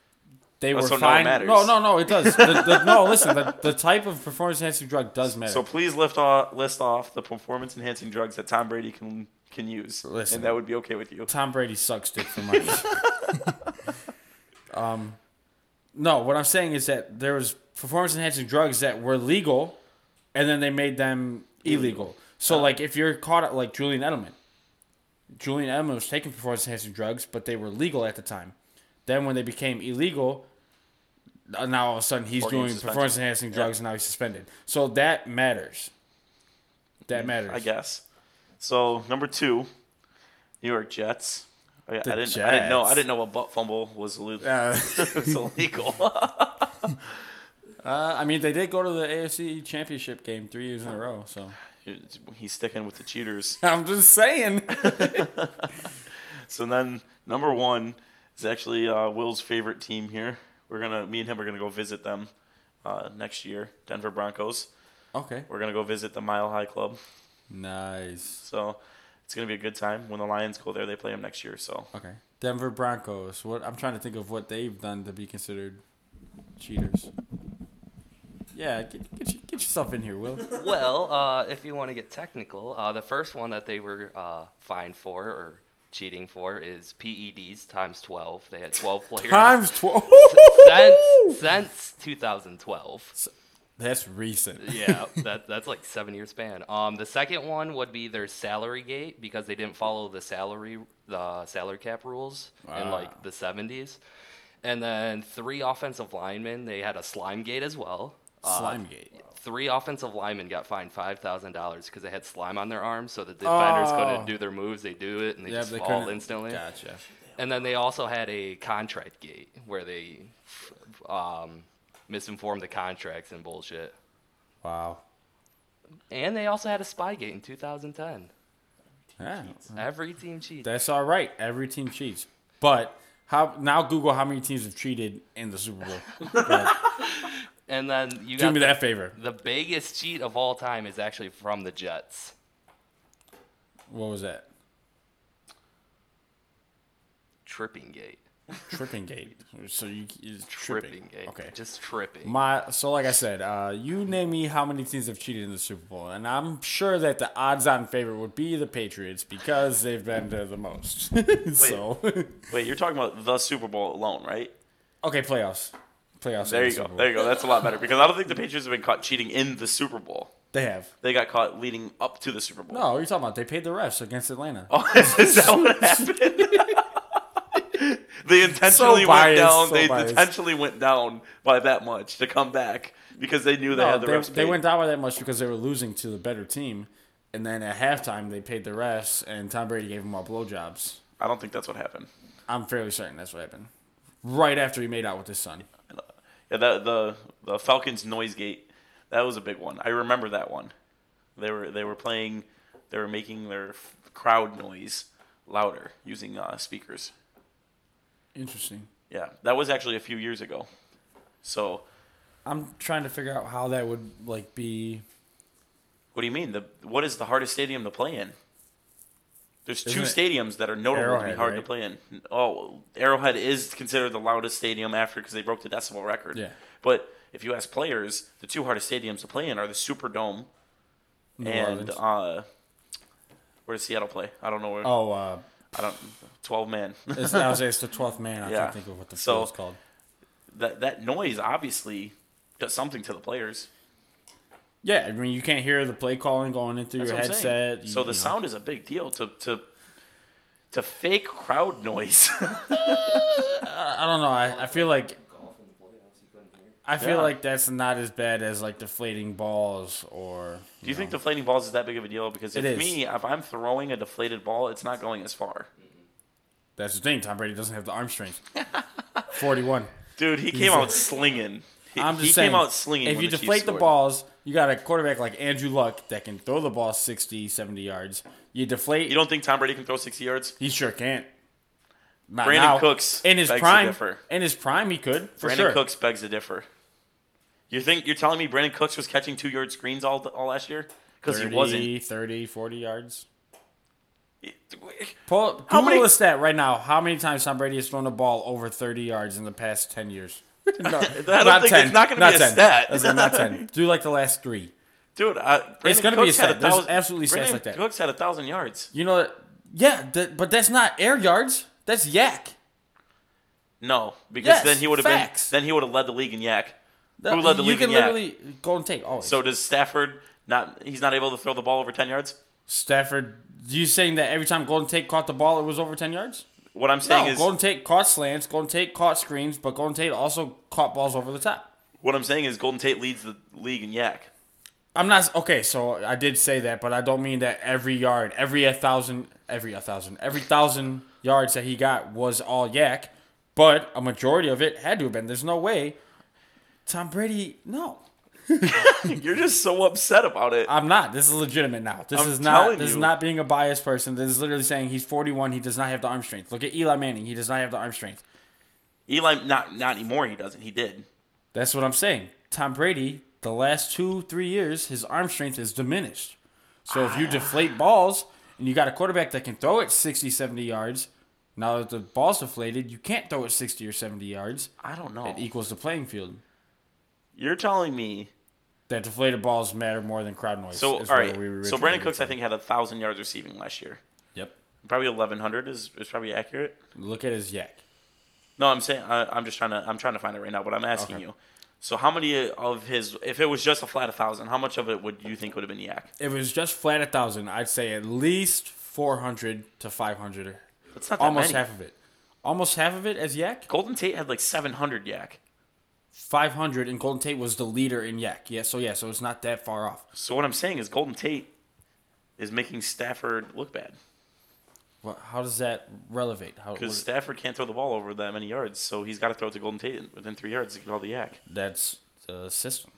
C: they were
A: so now it
C: fine.
A: matters.
C: no, no, no, it does. The- the- no, listen, the, the type of performance enhancing drug does matter.
A: So please lift off, list off the performance enhancing drugs that Tom Brady can can use,
C: Listen.
A: and that would be okay with you.
C: Tom Brady sucks dick for money. um, no, what I'm saying is that there was performance enhancing drugs that were legal and then they made them illegal. So
A: Uh,
C: like if you're caught at like Julian Edelman, Julian Edelman was taking performance enhancing drugs, but they were legal at the time. Then when they became illegal, uh, now all of a sudden he's
A: Or he was
C: doing
A: suspension.
C: performance enhancing drugs and now he's suspended. So that matters. That matters.
A: I guess. So number two, New York Jets. I, I
C: The
A: didn't. I didn't know. I
C: Jets.
A: didn't know a butt fumble was illegal.
C: Uh,
A: was illegal.
C: uh, I mean, they did go to the AFC Championship game three years in a row. So
A: He's sticking with the cheaters.
C: I'm just saying.
A: So then number one is actually uh, Will's favorite team here. We're gonna. Me and him are gonna go visit them uh, next year. Denver Broncos.
C: okay.
A: We're gonna go visit the Mile High Club.
C: Nice.
A: So it's gonna be a good time. When the Lions go there, they play them next year. So
C: Okay. Denver Broncos. What I'm trying to think of what they've done to be considered cheaters. Yeah, get, get, you- get yourself in here, Will.
B: Well, uh, if you want to get technical, uh, the first one that they were uh, fined for or cheating for is PEDs times 12. They had 12 players
C: Times twelve.
B: since, since 2012.
C: That's recent.
B: yeah, that, that's like seven year span. Um, the second one would be their salary gate because they didn't follow the salary the salary cap rules in
C: Wow.
B: like the seventies, and then three offensive linemen they had a slime gate as well. Uh,
C: Slimegate.
B: Three offensive linemen got fined five thousand dollars because they had slime on their arms, so the defenders
C: Oh.
B: couldn't do their moves. They do it and they
C: Yeah,
B: just
C: they
B: fall
C: couldn't-
B: instantly.
C: Gotcha.
B: And then they also had a contract gate where they um, misinformed the contracts and bullshit.
C: Wow.
B: And they also had a spy gate in 2010.
C: Yeah.
B: Every team cheats.
C: That's all right. Every team cheats, but how now? Google how many teams have cheated in the Super Bowl. Go ahead.
B: And then you
C: Do
B: got
C: me
B: the,
C: that favor.
B: the biggest cheat of all time is actually from the Jets.
C: What was that?
B: Tripping gate.
C: Tripping gate. So you it's
B: Tripping,
C: tripping.
B: gate.
C: Okay.
B: Just tripping.
C: My so like I said, uh, you name me how many teams have cheated in the Super Bowl, and I'm sure that the odds-on favorite would be the Patriots because they've been to the most. so
A: wait, you're talking about the Super Bowl alone, right?
C: okay, playoffs, playoffs.
A: There
C: and
A: you
C: the
A: go.
C: Super Bowl.
A: There you go. That's a lot better because I don't think the Patriots have been caught cheating in the Super Bowl.
C: They have.
A: They got caught leading up to the Super Bowl.
C: No, what are you talking about? They paid the refs against Atlanta.
A: Oh, is that what happened? they intentionally went
C: biased,
A: down.
C: so
A: they
C: biased.
A: intentionally went down by that much to come back because they knew they
C: No,
A: had the
C: they,
A: refs.
C: they
A: paid.
C: went down by that much because they were losing to the better team, and then at halftime they paid the refs, and Tom Brady gave them all blowjobs.
A: I don't think that's what happened.
C: I'm fairly certain that's what happened. Right after he made out with his son.
A: Yeah, that, the the Falcons noise gate that was a big one. I remember that one. They were they were playing, they were making their f- crowd noise louder using uh, speakers.
C: Interesting.
A: Yeah, that was actually a few years ago. So
C: I'm trying to figure out how that would like be.
A: What do you mean? The what is the hardest stadium to play in? There's two
C: Isn't
A: stadiums that are notable to
C: Arrowhead,
A: be hard to
C: right?
A: play in. Oh, Arrowhead is considered the loudest stadium after because they broke the decibel record.
C: Yeah.
A: But if you ask players, the two hardest stadiums to play in are the Superdome and
C: Orleans.
A: uh, where does Seattle play? I don't know where.
C: Oh, uh,
A: I don't. Twelve man.
C: it's, I was it's the twelfth man. I
A: Yeah.
C: can't think of what the
A: So-
C: field's called.
A: that that noise obviously does something to the players.
C: Yeah, I mean you can't hear the play calling going in through
A: That's
C: your
A: what I'm saying.
C: headset. you-
A: so the
C: you know.
A: sound is a big deal to to to fake crowd noise.
C: I don't know. I, I feel like I feel
A: Yeah.
C: like that's not as bad as like deflating balls or.
A: Do you think deflating balls is that big of a deal? Because
C: It
A: if
C: is.
A: me, if I'm throwing a deflated ball, it's not going as far.
C: That's the thing. Tom Brady doesn't have the arm strength. Forty-one.
A: Dude, he came out slinging. He,
C: I'm just
A: he
C: saying.
A: came out slinging.
C: If
A: when
C: you
A: the Chiefs
C: deflate the
A: scored.
C: balls, you got a quarterback like Andrew Luck that can throw the ball 60, 70 yards. You deflate.
A: you don't think Tom Brady can throw 60 yards?
C: he sure can't. Not
A: Brandon
C: now.
A: Cooks
C: in his
A: begs to
C: prime.
A: differ.
C: In his prime, he could for
A: Brandon
C: sure.
A: Cooks begs to differ. You think you're telling me Brandon Cooks was catching two yard screens all, all last year? Because he
C: 30,
A: wasn't.
C: 30, 40 yards.
A: It-
C: Pull, Google
A: How many-
C: a stat right now. How many times Tom Brady has thrown a ball over thirty yards in the past ten years? No,
A: don't
C: not
A: think-
C: ten.
A: it's not gonna be a
C: 10.
A: stat.
C: That's not ten. Do like the last three.
A: Dude, uh, Brandon
C: gonna be a
A: Cooks had
C: stat. There's
A: thousand-
C: absolutely stats
A: Brandon
C: like that.
A: Cooks had a thousand yards.
C: You know, what? yeah, that, but that's not air yards. That's yak.
A: No, because
C: Yes,
A: then he would have been.
C: facts.
A: Then he would have led the league in yak.
C: That-
A: Who led the
C: you
A: league
C: can
A: in yak?
C: literally Golden Tate always.
A: So does Stafford not? He's not able to throw the ball over ten yards.
C: Stafford, you saying that every time Golden Tate caught the ball, it was over ten yards?
A: What I'm saying
C: No,
A: is,
C: Golden Tate caught slants. Golden Tate caught screens, but Golden Tate also caught balls over the top.
A: what I'm saying is, Golden Tate leads the league in yak.
C: I'm not okay. So I did say that, but I don't mean that every yard, every a thousand, every a thousand, every thousand yards that he got was all yak. But a majority of it had to have been. There's no way. Tom Brady, no,
A: You're just so upset about it.
C: I'm not. This is legitimate now. This
A: I'm
C: is not.
A: telling
C: This is
A: you.
C: not being a biased person. This is literally saying he's 41. He does not have the arm strength. Look at Eli Manning. He does not have the arm strength.
A: Eli, not not anymore. He doesn't. He did.
C: That's what I'm saying. Tom Brady, the last two, three years, his arm strength is diminished. So
A: Ah.
C: if you deflate balls and you got a quarterback that can throw it 60, 70 yards, now that the ball's deflated, you can't throw it 60 or 70 yards.
A: I don't know.
C: It equals the playing field.
A: You're telling me.
C: That deflated balls matter more than crowd noise.
A: So all
C: is where
A: right.
C: we were
A: so
C: originally
A: Brandon Cooks, I
C: from.
A: think, had a thousand yards receiving last year.
C: Yep.
A: Probably 1100 is, is probably accurate.
C: Look at his yak.
A: No, I'm saying I, I'm just trying to I'm trying to find it right now, but I'm asking
C: Okay.
A: you. So how many of his if it was just a flat 1000, how much of it would you think would have been yak?
C: If it was just flat a thousand, I'd say at least 400 to 500.
A: That's not that many.
C: Almost half of it. Almost half of it as yak.
A: Golden Tate had like 700 yak.
C: 500 and Golden Tate was the leader in yak. Yeah, so yeah, so it's not that far off.
A: So what I'm saying is Golden Tate is making Stafford look bad
C: What, how does that relevate? How
A: because
C: what,
A: Stafford can't throw the ball over that many yards, so he's got to throw it to Golden Tate within three yards to get all the yak.
C: that's the system.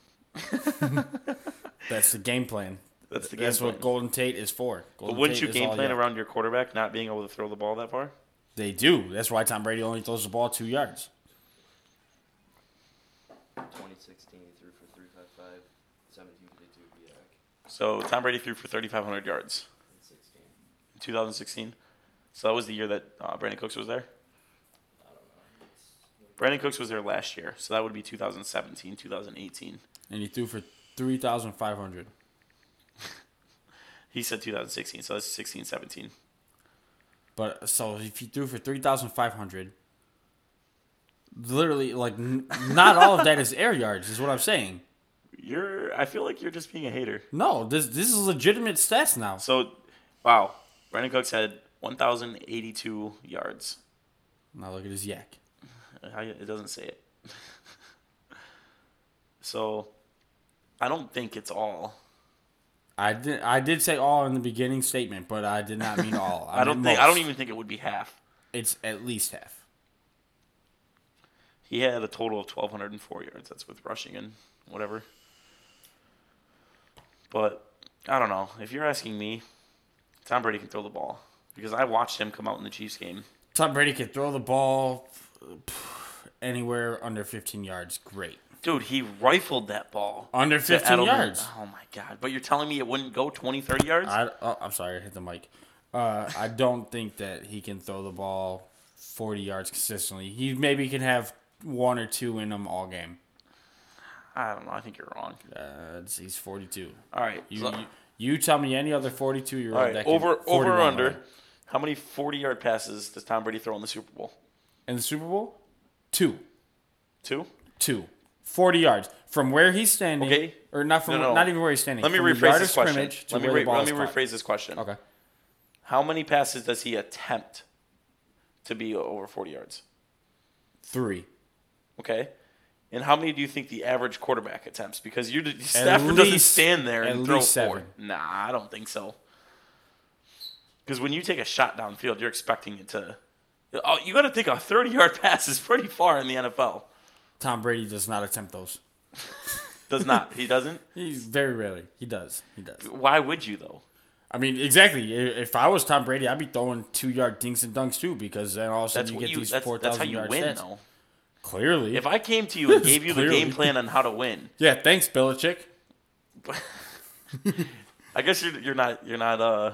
C: that's the game plan.
A: That's the game.
C: That's what
A: plan.
C: Golden Tate is for.
A: But
C: Golden
A: wouldn't
C: Tate
A: you
C: is
A: game
C: all
A: plan
C: yak.
A: around your quarterback not being able to throw the ball that far?
C: They do. That's why Tom Brady only throws the ball two yards.
D: 2016, he threw for 355, 17 for 2 back,
A: So Tom Brady threw for 3,500 yards.
D: and 16.
A: 2016. So that was the year that uh, Brandon Cooks was there. Brandon Cooks was there last year, so that would be 2017, 2018.
C: And he threw for 3,500.
A: He said 2016, so that's 16, 17.
C: But so if he threw for 3,500, literally, like, n- not all of that is air yards, is what I'm saying.
A: You're, I feel like you're just being a hater.
C: No, this this is legitimate stats now.
A: So, wow, Brandon Cooks had 1,082 yards.
C: Now look at his yak.
A: How you- It doesn't say it. so, I don't think it's all.
C: I did I did say all in the beginning statement, but I did not mean all.
A: I, don't
C: meant
A: think. I
C: most.
A: don't even think it would be half.
C: It's at least half.
A: He had a total of 1,204 yards. That's with rushing and whatever. But I don't know. If you're asking me, Tom Brady can throw the ball because I watched him come out in the Chiefs game.
C: Tom Brady could throw the ball pff, anywhere under 15 yards. Great.
A: Dude, he rifled that ball.
C: Under
A: to
C: 15
A: Edelman.
C: yards.
A: Oh, my God. But you're telling me it wouldn't go 20, 30 yards?
C: I oh, I'm sorry, I hit the mic. Uh, I don't think that he can throw the ball 40 yards consistently. He maybe can have one or two in him all game.
A: I don't know. I think you're wrong.
C: Uh, it's- he's 42.
A: All right.
C: You,
A: so-
C: you you tell me any other 42 year old
A: all right.
C: that can
A: Over,
C: 41
A: over or under.
C: rather.
A: How many 40 yard passes does Tom Brady throw in the Super Bowl?
C: in the Super Bowl? Two.
A: Two?
C: two. 40 yards from where he's standing.
A: Okay.
C: Or not from
A: No, no.
C: not even where he's standing.
A: Let me
C: from the
A: rephrase
C: yard
A: this
C: of
A: question.
C: scrimmage to
A: Let me,
C: where the
A: re-
C: ball
A: let me
C: is caught.
A: rephrase this question.
C: Okay.
A: How many passes does he attempt to be over 40 yards?
C: Three.
A: Okay. And how many do you think the average quarterback attempts? Because you Stafford doesn't
C: least-
A: stand there
C: at
A: and throw
C: least
A: four.
C: seven.
A: Nah, I don't think so. Because when you take a shot downfield, you're expecting it to. Oh, you got to think a 30 yard pass is pretty far in the NFL.
C: Tom Brady does not attempt those.
A: Does not. he doesn't.
C: He's very rarely. He does. He does.
A: Why would you though?
C: I mean, exactly. I- If I was Tom Brady, I'd be throwing two yard dinks and dunks too, because then all of a sudden
A: That's
C: you
A: what
C: get
A: you.
C: these
A: that's,
C: four
A: that's how
C: thousand
A: you
C: yard
A: win
C: stats.
A: though.
C: Clearly.
A: If I came to you and
C: That's
A: gave you
C: clearly-
A: the game plan on how to win,
C: yeah, thanks, Belichick.
A: I guess you're you're not you're not uh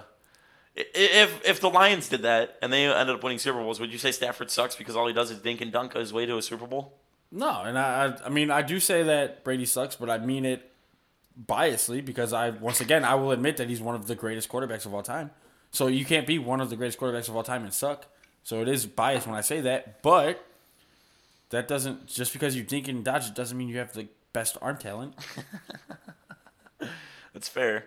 A: i- if if the Lions did that and they ended up winning Super Bowls, would you say Stafford sucks because all he does is dink and dunk his way to a Super Bowl?
C: No, and I, I, I mean, I do say that Brady sucks, but I mean it biasly because I, once again, I will admit that he's one of the greatest quarterbacks of all time. So you can't be one of the greatest quarterbacks of all time and suck. So it is biased when I say that, but that doesn't just because you dink and dodge it doesn't mean you have the best arm talent.
A: That's fair.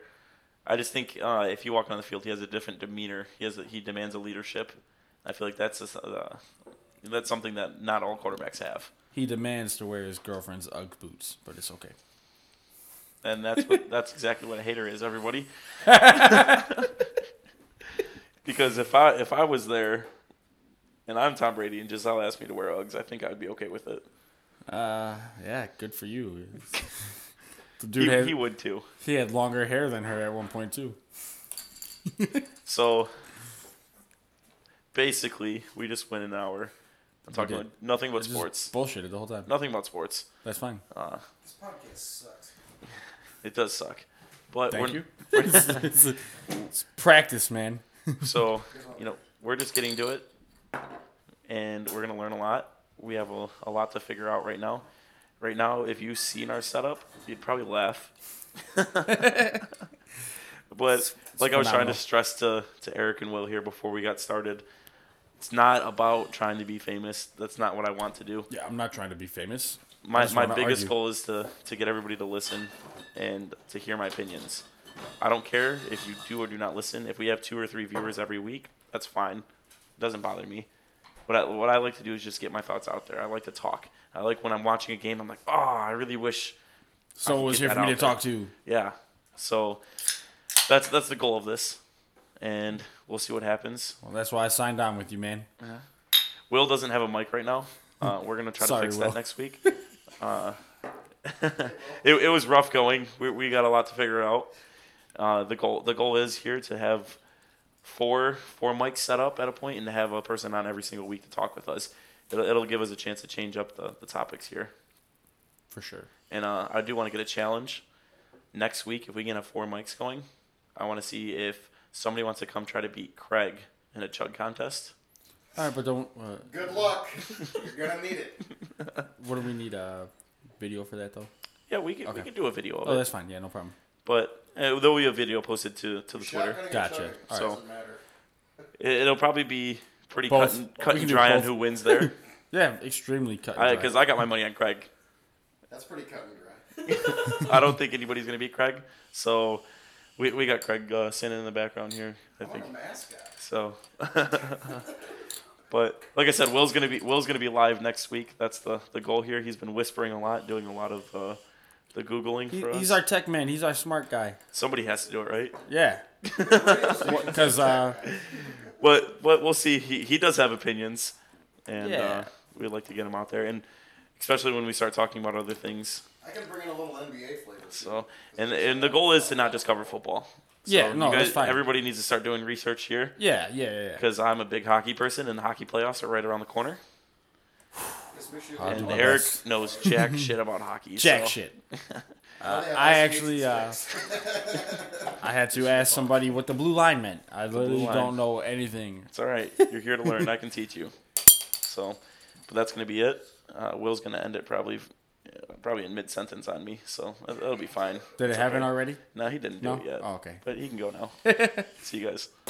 A: I just think uh, if you walk on the field, he has a different demeanor. He has a, he demands a leadership. I feel like that's a s uh, that's something that not all quarterbacks have,
C: He demands to wear his girlfriend's UGG boots, but it's okay.
A: and that's what that's exactly what a hater is, everybody. because if I if I was there, and I'm Tom Brady, and Giselle asked me to wear Uggs, I think I'd be okay with it.
C: Uh, yeah, good for you. the dude
A: He,
C: had,
A: he would too.
C: he had longer hair than her at one point too.
A: So basically, we just went an hour talking
C: did.
A: about nothing but
C: Just
A: sports.
C: bullshitted the whole time.
A: nothing about sports.
C: That's fine.
A: Uh,
E: This podcast sucks.
A: it does suck, but
C: Thank
A: we're,
C: you. it's, it's- it's practice, man.
A: So, you know, we're just getting to it, and we're gonna learn a lot. We have a, a lot to figure out right now. Right now, if you seen our setup, you'd probably laugh. but like I was trying
C: phenomenal.
A: to stress to, to Eric and Will here before we got started, it's not about trying to be famous. That's not what I want to do.
C: Yeah, I'm not trying to be famous. I
A: My,
C: just
A: my
C: wanna
A: biggest
C: argue.
A: goal is to, to get everybody to listen and to hear my opinions. I don't care if you do or do not listen. If we have two or three viewers every week, that's fine. It doesn't bother me. What I, what I like to do is just get my thoughts out there. I like to talk. I like when I'm watching a game, I'm like, oh, I really wish,
C: So it was
A: get
C: here for
A: that
C: me to
A: out there.
C: talk to.
A: yeah. So that's that's the goal of this, and we'll see what happens.
C: Well, that's why I signed on with you, man.
A: Will doesn't have a mic right now. Uh, we're gonna try
C: Hmm. Sorry,
A: to fix
C: Will.
A: that next week. Uh, it, it was rough going. We, we got a lot to figure out. Uh, the goal the goal is here to have four four mics set up at a point and to have a person on every single week to talk with us. It'll, it'll give us a chance to change up the, the topics here.
C: For sure.
A: And uh, I do want to get a challenge next week if we can have four mics going. I want to see if somebody wants to come try to beat Craig in a chug contest.
C: All right, but don't. Uh,
E: Good luck. You're gonna need it.
C: what do we need a video for that though?
A: Yeah, we could,
C: Okay.
A: we could do a video of
C: Oh,
A: it.
C: that's fine. Yeah, no problem.
A: but uh, there'll be a video posted to, to the Twitter.
E: Shotgunning and
C: Gotcha.
E: chugging,
C: All
A: right.
E: doesn't matter.
A: It, it'll probably be pretty
C: Both.
A: cut and,
C: We
A: cut
C: can
A: and
C: do
A: dry on
C: both.
A: who wins there,
C: Yeah, extremely cut. and dry.
A: because I got my money on Craig.
E: That's pretty cut and dry.
A: I don't think anybody's gonna beat Craig, so we, we got Craig uh, sitting in the background here. I
E: I want
A: think
E: a mascot.
A: so. but like I said, Will's gonna be Will's gonna be live next week. That's the, the goal here. He's been whispering a lot, doing a lot of uh, the googling
C: He-
A: for us.
C: he's our tech man. He's our smart guy.
A: Somebody has to do it, right?
C: Yeah. Because uh,
A: but but we'll see. He he does have opinions, and uh,
C: Yeah.
A: we'd like to get him out there, and especially when we start talking about other things.
E: I can bring in a little NBA flavor.
A: So and and the goal is to not just cover football. So
C: Yeah,
A: you
C: no, that's fine.
A: Everybody needs to start doing research here
C: yeah, yeah, yeah, yeah.
A: because I'm a big hockey person, and the hockey playoffs are right around the corner.
E: Just make sure
C: I'll
E: you-
C: do
A: And
C: my
A: Eric
C: best.
A: knows jack shit about hockey.
C: Jack
A: so-
C: shit.
E: Oh, yeah,
C: I
E: that's
C: actually, uh,
E: Jason's
C: I had to ask somebody what the blue line meant. I literally
A: line.
C: don't know anything.
A: It's all right. You're here to learn. I can teach you. So, but that's gonna be it. Uh, Will's gonna end it probably, uh, probably in mid sentence on me. So that- that'll be fine.
C: Did it
A: It's
C: happen
A: okay.
C: already?
A: No, he didn't do
C: No?
A: it yet.
C: Oh, okay.
A: But he can go now. See you guys.